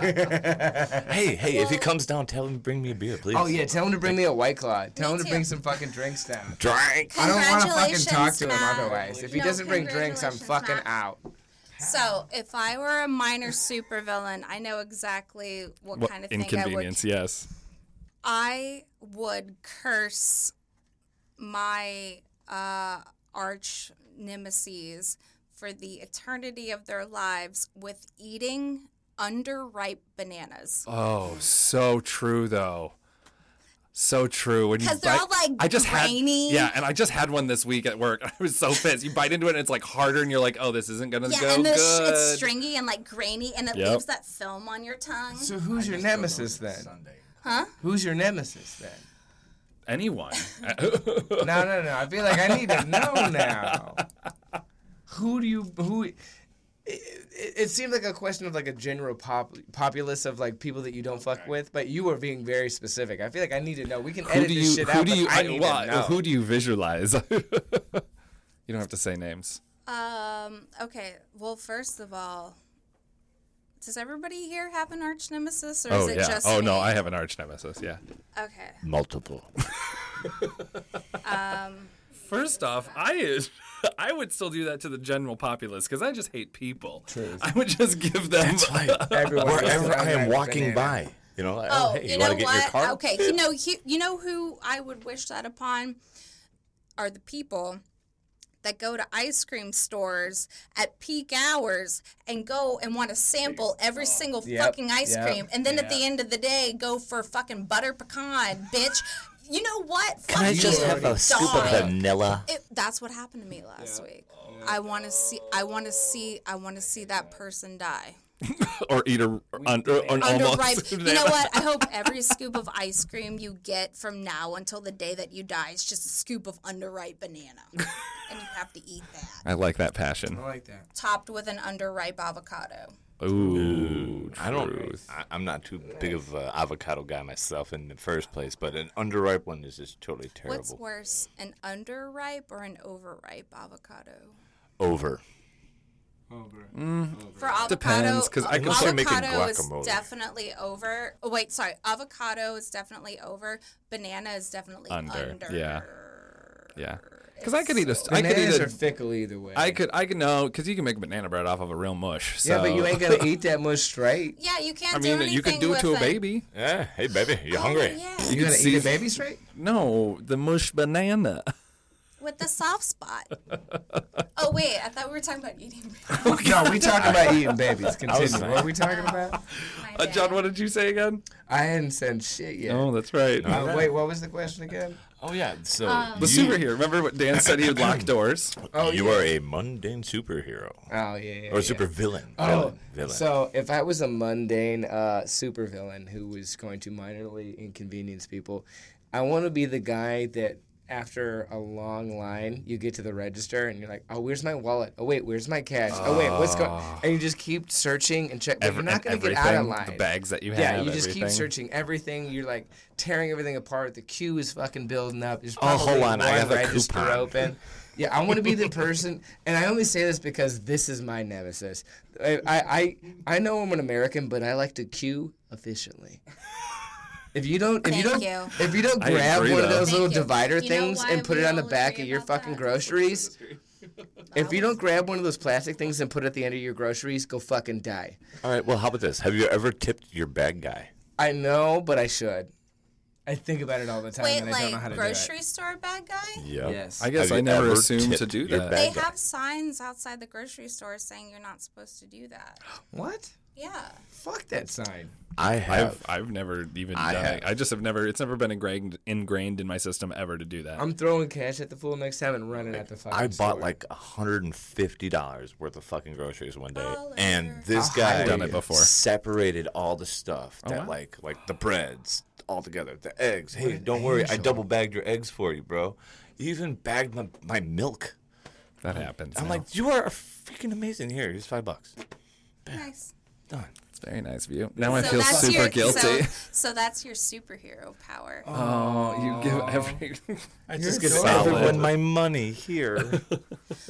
[SPEAKER 4] Hey, hey, if he comes down, tell him to bring me a beer, please.
[SPEAKER 6] Oh yeah, tell him to bring me a white claw. Tell
[SPEAKER 2] Me
[SPEAKER 6] him to
[SPEAKER 2] too.
[SPEAKER 6] bring some fucking drinks down.
[SPEAKER 4] Drink.
[SPEAKER 6] I don't want to fucking
[SPEAKER 2] Congratulations,
[SPEAKER 6] talk to him
[SPEAKER 2] Matt.
[SPEAKER 6] otherwise. If he
[SPEAKER 2] No,
[SPEAKER 6] doesn't bring drinks, I'm
[SPEAKER 2] congratulations,
[SPEAKER 6] fucking
[SPEAKER 2] Matt.
[SPEAKER 6] out.
[SPEAKER 2] So if I were a minor supervillain, I know exactly what,
[SPEAKER 3] What
[SPEAKER 2] kind of thing I would.
[SPEAKER 3] inconvenience? Yes.
[SPEAKER 2] I would curse my uh, arch nemesis for the eternity of their lives with eating underripe bananas.
[SPEAKER 3] Oh, so true though. So true. When you
[SPEAKER 2] 'Cause they're
[SPEAKER 3] bite-
[SPEAKER 2] all, like,
[SPEAKER 3] I just
[SPEAKER 2] grainy.
[SPEAKER 3] had yeah, and I just had one this week at work. I was so pissed. You bite into it, and it's like harder, and you're like, oh, this isn't gonna
[SPEAKER 2] yeah,
[SPEAKER 3] go
[SPEAKER 2] and the sh-
[SPEAKER 3] good.
[SPEAKER 2] it's stringy and like grainy, and it
[SPEAKER 3] Yep.
[SPEAKER 2] leaves that film on your tongue.
[SPEAKER 6] So who's your nemesis then?
[SPEAKER 2] Huh?
[SPEAKER 6] Who's your nemesis then?
[SPEAKER 3] Anyone?
[SPEAKER 6] No, no, no. I feel like I need to know now. Who do you who? It, it, it seemed like a question of like a general pop, populace of like people that you don't fuck with, but you were being very specific. I feel like I need to know. We can
[SPEAKER 3] who
[SPEAKER 6] edit
[SPEAKER 3] do
[SPEAKER 6] this
[SPEAKER 3] you?
[SPEAKER 6] shit
[SPEAKER 3] Who
[SPEAKER 6] out,
[SPEAKER 3] do you?
[SPEAKER 6] but I, need
[SPEAKER 3] well,
[SPEAKER 6] to know.
[SPEAKER 3] who do you visualize? you don't have to say names.
[SPEAKER 2] Um. Okay. Well, first of all, does everybody here have an arch nemesis, or is
[SPEAKER 3] Oh
[SPEAKER 2] it
[SPEAKER 3] yeah.
[SPEAKER 2] just
[SPEAKER 3] Oh
[SPEAKER 2] me?
[SPEAKER 3] no, I have an arch nemesis. Yeah.
[SPEAKER 2] Okay.
[SPEAKER 4] Multiple.
[SPEAKER 3] First off, I I would still do that to the general populace because I just hate people. True. I would just give them.
[SPEAKER 4] That's right.
[SPEAKER 6] Everyone goes
[SPEAKER 4] Wherever
[SPEAKER 6] to
[SPEAKER 4] I am
[SPEAKER 6] Outback
[SPEAKER 4] walking
[SPEAKER 6] Banana.
[SPEAKER 4] by, you know, like,
[SPEAKER 2] Oh,
[SPEAKER 4] oh, hey, you,
[SPEAKER 2] you
[SPEAKER 4] want
[SPEAKER 2] know
[SPEAKER 4] to get in your
[SPEAKER 2] what?
[SPEAKER 4] car?
[SPEAKER 2] Okay. You know. He, you know who I would wish that upon are the people that go to ice cream stores at peak hours and go and want to sample every single
[SPEAKER 6] Yep,
[SPEAKER 2] fucking ice
[SPEAKER 6] yep.
[SPEAKER 2] cream, and then at the end of the day go for fucking butter pecan, bitch. You know what?
[SPEAKER 4] Can I
[SPEAKER 2] Fuck
[SPEAKER 4] just
[SPEAKER 2] you,
[SPEAKER 4] have a scoop of
[SPEAKER 2] dog.
[SPEAKER 4] vanilla?
[SPEAKER 2] It, that's what happened to me last week. I want to see. I want to see. I want to see that person die.
[SPEAKER 3] or eat a under an almost.
[SPEAKER 2] Underripe. You know what? I hope every scoop of ice cream you get from now until the day that you die is just a scoop of underripe banana. and you have to eat that.
[SPEAKER 3] I like that passion.
[SPEAKER 1] I like that.
[SPEAKER 2] Topped with an underripe avocado.
[SPEAKER 3] Ooh,
[SPEAKER 4] I don't. I, I'm not too big of an avocado guy myself in the first place, but an underripe one is just totally
[SPEAKER 2] What's
[SPEAKER 4] terrible.
[SPEAKER 2] worse, an underripe or an overripe avocado?
[SPEAKER 4] Over.
[SPEAKER 2] For avocado,
[SPEAKER 3] Depends, 'cause I can
[SPEAKER 2] avocado
[SPEAKER 4] start making guacamole.
[SPEAKER 2] is definitely over. Oh, wait, sorry, avocado is definitely over. Banana is definitely
[SPEAKER 3] Under,
[SPEAKER 2] under.
[SPEAKER 3] yeah. yeah. Because I could eat a. I could
[SPEAKER 1] Bananas
[SPEAKER 3] eat
[SPEAKER 1] are
[SPEAKER 3] a.
[SPEAKER 1] fickle either way.
[SPEAKER 3] I could. I could know because you can make banana bread off of a real mush. So.
[SPEAKER 1] yeah, but you ain't gonna eat that much straight.
[SPEAKER 2] Yeah, you can't.
[SPEAKER 3] I
[SPEAKER 2] do
[SPEAKER 3] mean, you could
[SPEAKER 2] anything
[SPEAKER 3] do it
[SPEAKER 2] with
[SPEAKER 3] to a baby.
[SPEAKER 4] Yeah. Hey, baby, you
[SPEAKER 2] Oh,
[SPEAKER 4] hungry?
[SPEAKER 2] yeah,
[SPEAKER 1] You gonna
[SPEAKER 3] see-
[SPEAKER 1] eat a baby straight?
[SPEAKER 3] No, the mush banana.
[SPEAKER 2] with the soft spot. oh wait, I thought we were talking about eating.
[SPEAKER 1] no, we talking about eating babies. Continue.
[SPEAKER 4] was-
[SPEAKER 1] What are we talking about?
[SPEAKER 2] My
[SPEAKER 3] Uh, John,
[SPEAKER 2] bad.
[SPEAKER 3] what did you say again?
[SPEAKER 1] I hadn't said shit yet.
[SPEAKER 3] Oh, that's right.
[SPEAKER 1] Uh, wait, what was the question again?
[SPEAKER 4] Oh yeah. So
[SPEAKER 1] Um,
[SPEAKER 3] The superhero. Remember what Dan said? He would lock doors.
[SPEAKER 1] Oh,
[SPEAKER 4] you are a mundane superhero
[SPEAKER 1] Oh yeah. yeah,
[SPEAKER 4] or
[SPEAKER 1] yeah.
[SPEAKER 4] super villain.
[SPEAKER 1] Oh,
[SPEAKER 4] villain. villain.
[SPEAKER 1] so if I was a mundane uh, supervillain who was going to minorly inconvenience people, I want to be the guy that after a long line, you get to the register and you're like, oh, where's my wallet? Oh, wait, where's my cash? Oh, wait, what's going And you just keep searching and check. But you're
[SPEAKER 3] Every-
[SPEAKER 1] not going
[SPEAKER 3] and
[SPEAKER 1] to get out of
[SPEAKER 3] everything,
[SPEAKER 1] line.
[SPEAKER 3] The bags that you have.
[SPEAKER 1] Yeah, you just keep
[SPEAKER 3] everything.
[SPEAKER 1] searching everything. You're like tearing everything apart. The queue is fucking building up. There's
[SPEAKER 3] Oh,
[SPEAKER 1] probably
[SPEAKER 3] hold on, I
[SPEAKER 1] one
[SPEAKER 3] have a
[SPEAKER 1] register
[SPEAKER 3] coupon.
[SPEAKER 1] open. Yeah, I want to be the person, and I only say this because this is my nemesis. I, I, I, I know I'm an American, but I like to queue efficiently. If you don't, if you don't,
[SPEAKER 2] Thank you.
[SPEAKER 1] if you don't
[SPEAKER 3] I
[SPEAKER 1] grab
[SPEAKER 3] agree,
[SPEAKER 1] one of
[SPEAKER 3] though.
[SPEAKER 1] those
[SPEAKER 2] Thank
[SPEAKER 1] little
[SPEAKER 2] you.
[SPEAKER 1] divider
[SPEAKER 2] You know
[SPEAKER 1] things
[SPEAKER 2] why
[SPEAKER 1] and put
[SPEAKER 2] we
[SPEAKER 1] it on the
[SPEAKER 2] all
[SPEAKER 1] back
[SPEAKER 2] agree
[SPEAKER 1] of your
[SPEAKER 2] about
[SPEAKER 1] fucking
[SPEAKER 2] that?
[SPEAKER 1] groceries, if you don't grab one of those plastic things and put it at the end of your groceries, go fucking die.
[SPEAKER 4] All right. Well, how about this? Have you ever tipped your bag guy?
[SPEAKER 1] I know, but I should. I think about it all the time,
[SPEAKER 2] Wait,
[SPEAKER 1] and I don't know how
[SPEAKER 2] like
[SPEAKER 1] to
[SPEAKER 2] grocery store bad guy?
[SPEAKER 4] Yeah.
[SPEAKER 1] Yes.
[SPEAKER 3] I guess
[SPEAKER 4] Have
[SPEAKER 3] I
[SPEAKER 4] you
[SPEAKER 3] never
[SPEAKER 4] ever
[SPEAKER 3] assumed to
[SPEAKER 4] tipped
[SPEAKER 3] do
[SPEAKER 4] your
[SPEAKER 3] that.
[SPEAKER 4] bag?
[SPEAKER 2] They
[SPEAKER 4] Bad guy.
[SPEAKER 2] have signs outside the grocery store saying you're not supposed to do that.
[SPEAKER 1] do it. What?
[SPEAKER 2] Yeah.
[SPEAKER 1] Fuck that sign.
[SPEAKER 4] I have.
[SPEAKER 3] I've I've never even
[SPEAKER 4] I
[SPEAKER 3] done
[SPEAKER 4] have.
[SPEAKER 3] it. I just have never. It's never been ingrained ingrained in my system ever to do that.
[SPEAKER 1] I'm throwing cash at the fool next time and running at the fucking
[SPEAKER 4] I bought
[SPEAKER 1] store.
[SPEAKER 4] like hundred and fifty dollars worth of fucking groceries one day,
[SPEAKER 2] Baller.
[SPEAKER 4] and this
[SPEAKER 1] I've
[SPEAKER 4] guy
[SPEAKER 3] Oh, done it before. Oh,
[SPEAKER 4] separated all the stuff that
[SPEAKER 3] wow.
[SPEAKER 4] like like the breads all together, the eggs. Hey, don't worry, I double bagged your eggs for you, bro. You even bagged my, my milk.
[SPEAKER 3] that happens.
[SPEAKER 4] I'm
[SPEAKER 3] now.
[SPEAKER 4] like, you are freaking amazing. Here, here's five bucks.
[SPEAKER 2] Nice.
[SPEAKER 4] Done.
[SPEAKER 3] it's very nice of you. Now I
[SPEAKER 2] So
[SPEAKER 3] feel
[SPEAKER 2] that's
[SPEAKER 3] super
[SPEAKER 2] your,
[SPEAKER 3] guilty.
[SPEAKER 2] So, so that's your superhero power.
[SPEAKER 3] oh, you give every.
[SPEAKER 4] I just
[SPEAKER 1] You're
[SPEAKER 4] give
[SPEAKER 1] so
[SPEAKER 4] everyone
[SPEAKER 1] solid.
[SPEAKER 4] my money here.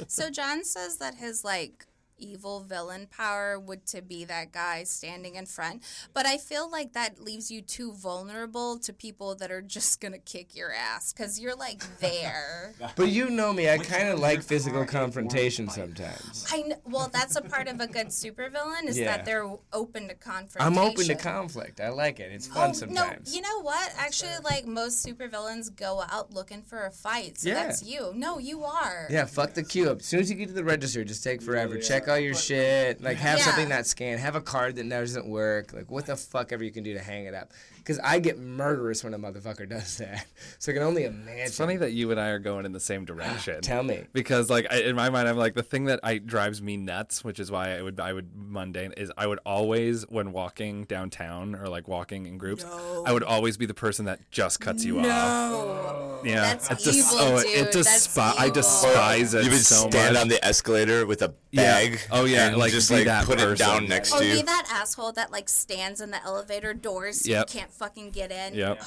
[SPEAKER 2] So John says that his like evil villain power would to be that guy standing in front. But I feel like that leaves you too vulnerable to people that are just going to kick your ass cuz you're like there.
[SPEAKER 1] But you know me, I kind of like physical confrontation sometimes.
[SPEAKER 2] I kn- well that's a part of a good supervillain is
[SPEAKER 1] Yeah.
[SPEAKER 2] that they're open to confrontation.
[SPEAKER 1] I'm open to conflict. I like it. It's fun
[SPEAKER 2] Oh,
[SPEAKER 1] sometimes.
[SPEAKER 2] No, you know what? Actually, like most supervillains go out looking for a fight. So
[SPEAKER 1] Yeah.
[SPEAKER 2] that's you. No, you are.
[SPEAKER 1] yeah, fuck the queue up. As soon as you get to the register, just take forever. Check all your shit. Like, have
[SPEAKER 2] Yeah.
[SPEAKER 1] something not scanned. Have a card that doesn't work. Like, what the fuck ever you can do to hang it up. Because I get murderous when a motherfucker does that. So I can only imagine.
[SPEAKER 3] It's funny that you and I are going in the same direction.
[SPEAKER 1] Tell me.
[SPEAKER 3] Because like I, in my mind, I'm like the thing that I drives me nuts, which is why I would I would mundane is I would always when walking downtown or like walking in groups, I would always be the person that just cuts you off.
[SPEAKER 2] Oh.
[SPEAKER 3] Yeah,
[SPEAKER 2] That's
[SPEAKER 3] It just-
[SPEAKER 2] evil,
[SPEAKER 3] oh,
[SPEAKER 2] dude.
[SPEAKER 3] It,
[SPEAKER 2] That's
[SPEAKER 3] despi- I
[SPEAKER 2] evil.
[SPEAKER 3] despise it
[SPEAKER 4] you would
[SPEAKER 3] so
[SPEAKER 4] stand
[SPEAKER 3] much.
[SPEAKER 4] on the escalator with a
[SPEAKER 3] Yeah.
[SPEAKER 4] bag.
[SPEAKER 3] Oh, yeah,
[SPEAKER 4] and
[SPEAKER 3] like,
[SPEAKER 4] just
[SPEAKER 3] be
[SPEAKER 4] like
[SPEAKER 3] that
[SPEAKER 4] put it
[SPEAKER 3] person.
[SPEAKER 4] down next
[SPEAKER 2] Or
[SPEAKER 4] to
[SPEAKER 2] be
[SPEAKER 4] you.
[SPEAKER 2] that asshole that like stands in the elevator doors so
[SPEAKER 3] Yep.
[SPEAKER 2] you can't fucking get in.
[SPEAKER 3] Yep.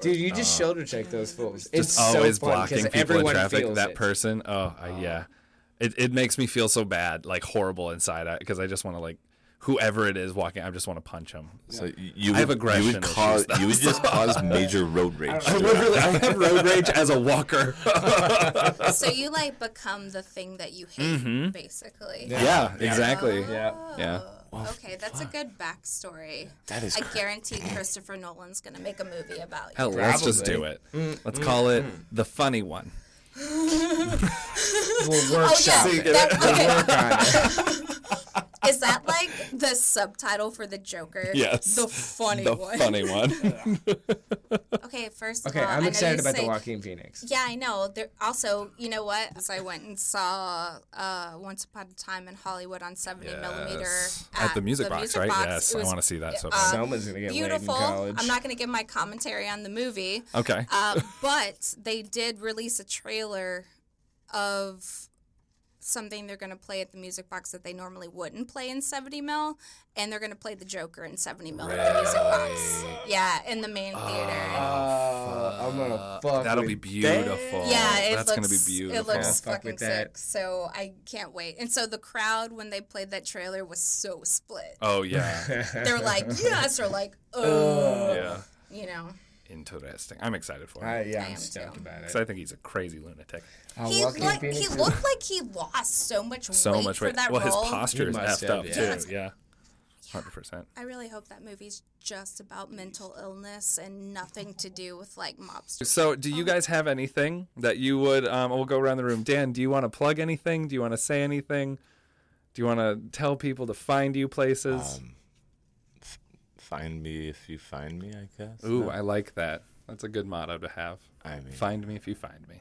[SPEAKER 1] Dude, you just shoulder check those fools. It's
[SPEAKER 3] Uh, Just always
[SPEAKER 1] so fun 'cause
[SPEAKER 3] blocking people in
[SPEAKER 1] everyone
[SPEAKER 3] traffic.
[SPEAKER 1] feels
[SPEAKER 3] That
[SPEAKER 1] it.
[SPEAKER 3] person. Oh, I, yeah. It, it makes me feel so bad, like horrible inside, because I just want to like whoever it is walking. I just want to punch him.
[SPEAKER 4] So you
[SPEAKER 3] I have
[SPEAKER 4] would-
[SPEAKER 3] aggression
[SPEAKER 4] You would,
[SPEAKER 3] issues,
[SPEAKER 4] cause,
[SPEAKER 3] though.
[SPEAKER 4] you would just cause major road rage.
[SPEAKER 3] I would really, I have road rage as a walker.
[SPEAKER 2] So you like become the thing that you hate, basically.
[SPEAKER 3] yeah, exactly.
[SPEAKER 2] Oh.
[SPEAKER 3] Yeah.
[SPEAKER 2] okay, that's a good backstory.
[SPEAKER 4] That is
[SPEAKER 2] I guarantee Christopher Nolan's gonna make a movie about you.
[SPEAKER 3] Hell, let's just do it. Let's call it the funny one.
[SPEAKER 1] We'll
[SPEAKER 2] Oh yeah,
[SPEAKER 1] workshop it.
[SPEAKER 2] that- okay.
[SPEAKER 1] Work on it.
[SPEAKER 2] Is that like the subtitle for the Joker?
[SPEAKER 3] Yes.
[SPEAKER 2] The funny
[SPEAKER 3] the
[SPEAKER 2] one.
[SPEAKER 3] funny one.
[SPEAKER 2] Okay, first
[SPEAKER 1] Okay,
[SPEAKER 2] of all, I
[SPEAKER 1] I'm
[SPEAKER 2] know
[SPEAKER 1] excited
[SPEAKER 2] you
[SPEAKER 1] about the
[SPEAKER 2] say-
[SPEAKER 1] Joaquin Phoenix.
[SPEAKER 2] Yeah, I know. There also, you know what? So I went and saw uh, Once Upon a Time in Hollywood on 70 millimeter
[SPEAKER 3] Yes. At the music box, right? yes,
[SPEAKER 2] It
[SPEAKER 3] I
[SPEAKER 2] was
[SPEAKER 3] want to see that so
[SPEAKER 2] uh,
[SPEAKER 3] bad.
[SPEAKER 1] Selma's gonna get laid in
[SPEAKER 2] beautiful.
[SPEAKER 1] college.
[SPEAKER 2] I'm not going to give my commentary on the movie,
[SPEAKER 3] okay.
[SPEAKER 2] uh, but they did release a trailer of something they're going to play at the music box that they normally wouldn't play in 70 mil, and they're going to play the Joker in 70 mil at the music box. Yeah, in the main
[SPEAKER 1] Ah.
[SPEAKER 2] theater.
[SPEAKER 1] Uh, I'm gonna fuck.
[SPEAKER 3] Oh, That'll
[SPEAKER 1] with
[SPEAKER 3] be beautiful.
[SPEAKER 2] Yeah, it
[SPEAKER 3] that's
[SPEAKER 2] looks,
[SPEAKER 3] gonna be beautiful.
[SPEAKER 2] It looks
[SPEAKER 1] Fuck
[SPEAKER 2] fucking
[SPEAKER 1] with that.
[SPEAKER 2] sick. So I can't wait. And so the crowd when they played that trailer was so split.
[SPEAKER 3] oh yeah,
[SPEAKER 2] They're like yes, or like oh,
[SPEAKER 3] yeah.
[SPEAKER 2] you know.
[SPEAKER 3] Interesting. I'm excited for
[SPEAKER 1] I,
[SPEAKER 3] him
[SPEAKER 1] yeah,
[SPEAKER 2] I
[SPEAKER 1] I'm
[SPEAKER 2] am
[SPEAKER 1] stoked
[SPEAKER 2] too.
[SPEAKER 1] about
[SPEAKER 3] because
[SPEAKER 1] it.
[SPEAKER 3] I think he's a crazy lunatic.
[SPEAKER 1] Uh,
[SPEAKER 2] He,
[SPEAKER 1] Joaquin
[SPEAKER 2] like,
[SPEAKER 1] Phoenix
[SPEAKER 2] he
[SPEAKER 1] is-
[SPEAKER 2] looked like he lost so much weight
[SPEAKER 3] So much
[SPEAKER 2] for
[SPEAKER 3] weight.
[SPEAKER 2] that
[SPEAKER 3] Well, his
[SPEAKER 2] role.
[SPEAKER 3] posture is
[SPEAKER 1] He must
[SPEAKER 3] effed
[SPEAKER 1] have,
[SPEAKER 3] up
[SPEAKER 1] yeah.
[SPEAKER 3] too. Yeah, hundred percent.
[SPEAKER 2] I really hope that movie's just about mental illness and nothing to do with like mobsters.
[SPEAKER 3] So, do you guys have anything that you would? Um, we'll go around the room. Dan, do you want to plug anything? Do you want to say anything? Do you want to tell people to find you places?
[SPEAKER 1] Um,
[SPEAKER 4] Find me if you find me, I guess.
[SPEAKER 3] Ooh, I like that. That's a good motto to have.
[SPEAKER 4] I mean-
[SPEAKER 3] find me if you find me.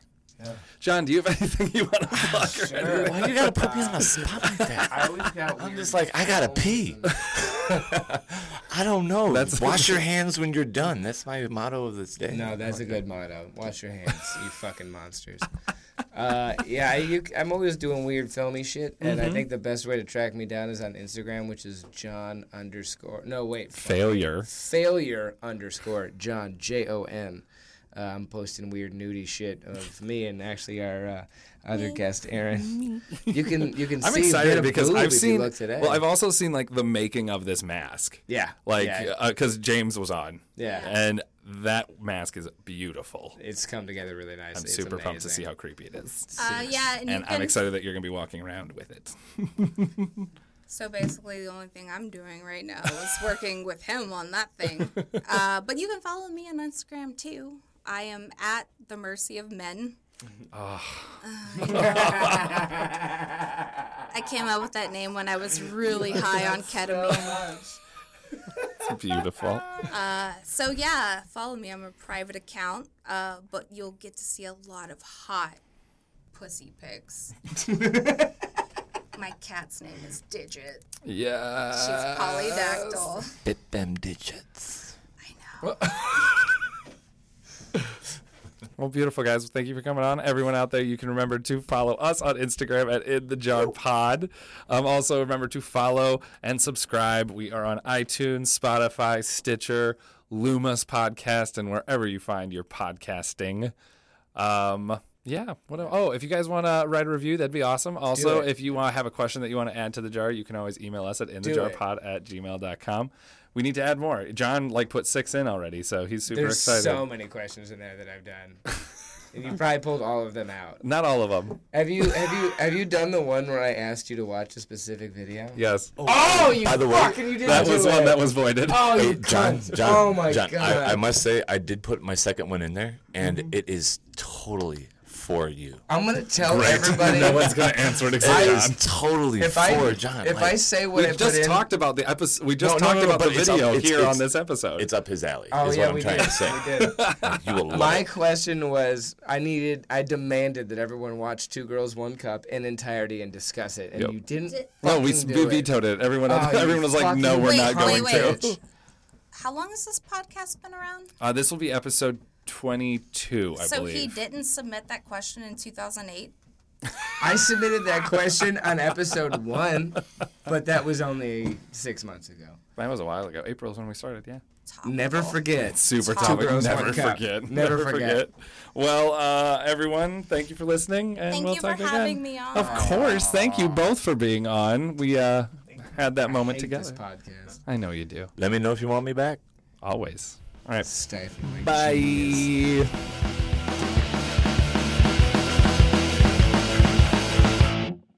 [SPEAKER 3] John, do you have anything you want to plug? or anything?
[SPEAKER 4] Why you gotta put me on a spot like that?
[SPEAKER 1] I always got
[SPEAKER 4] I'm
[SPEAKER 1] weird-
[SPEAKER 4] just like, I gotta pee. I don't know.
[SPEAKER 3] That's-
[SPEAKER 4] Wash your hands when you're done. That's my motto of this day.
[SPEAKER 1] No, that's a good motto. Wash your hands, you fucking monsters. Uh, yeah, you, I'm always doing weird filmy shit, and
[SPEAKER 3] Mm-hmm.
[SPEAKER 1] I think the best way to track me down is on Instagram, which is John underscore. No, wait, fuck.
[SPEAKER 3] Failure.
[SPEAKER 1] failure underscore John J O N. Uh, I'm posting weird nudie shit of me and actually our uh, other guest Aaron. You can you can
[SPEAKER 3] I'm
[SPEAKER 1] see a
[SPEAKER 3] excited
[SPEAKER 1] bit of
[SPEAKER 3] because
[SPEAKER 1] boob
[SPEAKER 3] I've
[SPEAKER 1] if you
[SPEAKER 3] seen.
[SPEAKER 1] look today.
[SPEAKER 3] Well, I've also seen like the making of this mask.
[SPEAKER 1] Yeah,
[SPEAKER 3] like uh,
[SPEAKER 1] yeah.
[SPEAKER 3] because James was on.
[SPEAKER 1] Yeah.
[SPEAKER 3] and that mask is beautiful.
[SPEAKER 1] it's come together really nice.
[SPEAKER 3] I'm super pumped to see how creepy it is,
[SPEAKER 2] Uh, yeah, and, you
[SPEAKER 3] and
[SPEAKER 2] can,
[SPEAKER 3] I'm excited that you're gonna be walking around with it.
[SPEAKER 2] So basically, the only thing I'm doing right now is working with him on that thing. Uh, but you can follow me on Instagram too. I am at the mercy of men.
[SPEAKER 3] Ah.
[SPEAKER 2] Uh, I came up with that name when I was really high on ketamine.
[SPEAKER 3] Beautiful.
[SPEAKER 2] So yeah, follow me. I'm a private account, uh, but you'll get to see a lot of hot pussy pics. My cat's name is Digit. She's
[SPEAKER 3] yeah.
[SPEAKER 2] polydactyl.
[SPEAKER 4] Bit them digits.
[SPEAKER 3] Well, beautiful guys. Thank you for coming on. Everyone out there, you can remember to follow us on Instagram at In the Jar Pod. Um, also, remember to follow and subscribe. We are on iTunes, Spotify, Stitcher, Loomis Podcast, and wherever you find your podcasting. Um, yeah. What? el- Oh, if you guys want to write a review, that'd be awesome. Also,
[SPEAKER 1] it.
[SPEAKER 3] if you want have a question that you want to add to the jar, you can always email us at inthejarpod at gmail.com. We need to add more. John like put six in already, so he's super
[SPEAKER 1] There's
[SPEAKER 3] excited.
[SPEAKER 1] so many questions in there that I've done. And you probably pulled all of them out.
[SPEAKER 3] Not all of them.
[SPEAKER 1] Have you have you have you done the one where I asked you to watch a specific video?
[SPEAKER 3] Yes.
[SPEAKER 1] Oh, you
[SPEAKER 4] By the way,
[SPEAKER 1] fucking you didn't
[SPEAKER 3] That
[SPEAKER 1] do
[SPEAKER 3] was
[SPEAKER 1] it.
[SPEAKER 3] one that was voided.
[SPEAKER 1] Oh, you
[SPEAKER 4] John,
[SPEAKER 1] cunt.
[SPEAKER 4] John,
[SPEAKER 1] oh my
[SPEAKER 4] John,
[SPEAKER 1] god. Mm-hmm.
[SPEAKER 4] I, I must say, I did put my second one in there, and it is totally for you.
[SPEAKER 1] I'm gonna tell everybody.
[SPEAKER 3] no one's gonna answer it except
[SPEAKER 4] It
[SPEAKER 3] John.
[SPEAKER 4] is totally
[SPEAKER 1] if
[SPEAKER 4] for
[SPEAKER 1] I
[SPEAKER 4] John.
[SPEAKER 1] if
[SPEAKER 4] like,
[SPEAKER 1] I say what
[SPEAKER 3] We
[SPEAKER 1] I
[SPEAKER 3] just
[SPEAKER 1] put
[SPEAKER 3] talked about the episode. We just
[SPEAKER 4] No, no,
[SPEAKER 3] talked
[SPEAKER 4] no, no,
[SPEAKER 3] about
[SPEAKER 4] but
[SPEAKER 3] the
[SPEAKER 4] it's up-
[SPEAKER 3] video
[SPEAKER 4] it's-
[SPEAKER 3] here
[SPEAKER 4] it's-
[SPEAKER 3] on this episode.
[SPEAKER 4] it's up his alley.
[SPEAKER 1] in, oh
[SPEAKER 4] is
[SPEAKER 1] yeah,
[SPEAKER 4] what I'm
[SPEAKER 1] we
[SPEAKER 4] trying
[SPEAKER 1] did.
[SPEAKER 4] to say.
[SPEAKER 1] We did.
[SPEAKER 4] Like, you will love
[SPEAKER 1] My
[SPEAKER 4] it.
[SPEAKER 1] question was, I needed, I demanded that everyone watch Two Girls One Cup in entirety and discuss it, and
[SPEAKER 3] Yep.
[SPEAKER 1] you didn't.
[SPEAKER 3] no, we,
[SPEAKER 1] fucking
[SPEAKER 3] we
[SPEAKER 1] do it.
[SPEAKER 3] vetoed it. Everyone,
[SPEAKER 1] Oh, you
[SPEAKER 3] everyone was like, "No,
[SPEAKER 1] fucking-
[SPEAKER 3] we're
[SPEAKER 2] Wait,
[SPEAKER 3] not going
[SPEAKER 2] wait, wait.
[SPEAKER 3] to."
[SPEAKER 2] How long has this podcast been around?
[SPEAKER 3] Uh, this will be episode twenty-two, I
[SPEAKER 2] so
[SPEAKER 3] believe.
[SPEAKER 2] he didn't submit that question in 2008.
[SPEAKER 1] I submitted that question on episode one, but that was only six months ago.
[SPEAKER 3] That was a while ago. April's when we started. Yeah.
[SPEAKER 1] Never forget.
[SPEAKER 3] Super topic.
[SPEAKER 1] girls,
[SPEAKER 3] Never
[SPEAKER 1] one cup.
[SPEAKER 3] forget.
[SPEAKER 1] Never forget.
[SPEAKER 3] Well, uh, everyone, thank you for listening, and
[SPEAKER 2] Thank
[SPEAKER 3] we'll
[SPEAKER 2] you
[SPEAKER 3] talk
[SPEAKER 2] for
[SPEAKER 3] again.
[SPEAKER 2] having me on.
[SPEAKER 3] Of course, thank you both for being on. We uh, had that moment
[SPEAKER 1] Hate this
[SPEAKER 3] together.
[SPEAKER 1] podcast.
[SPEAKER 3] I know you do.
[SPEAKER 4] Let me know if you want me back.
[SPEAKER 3] Always. All right.
[SPEAKER 1] Stifling.
[SPEAKER 3] Bye.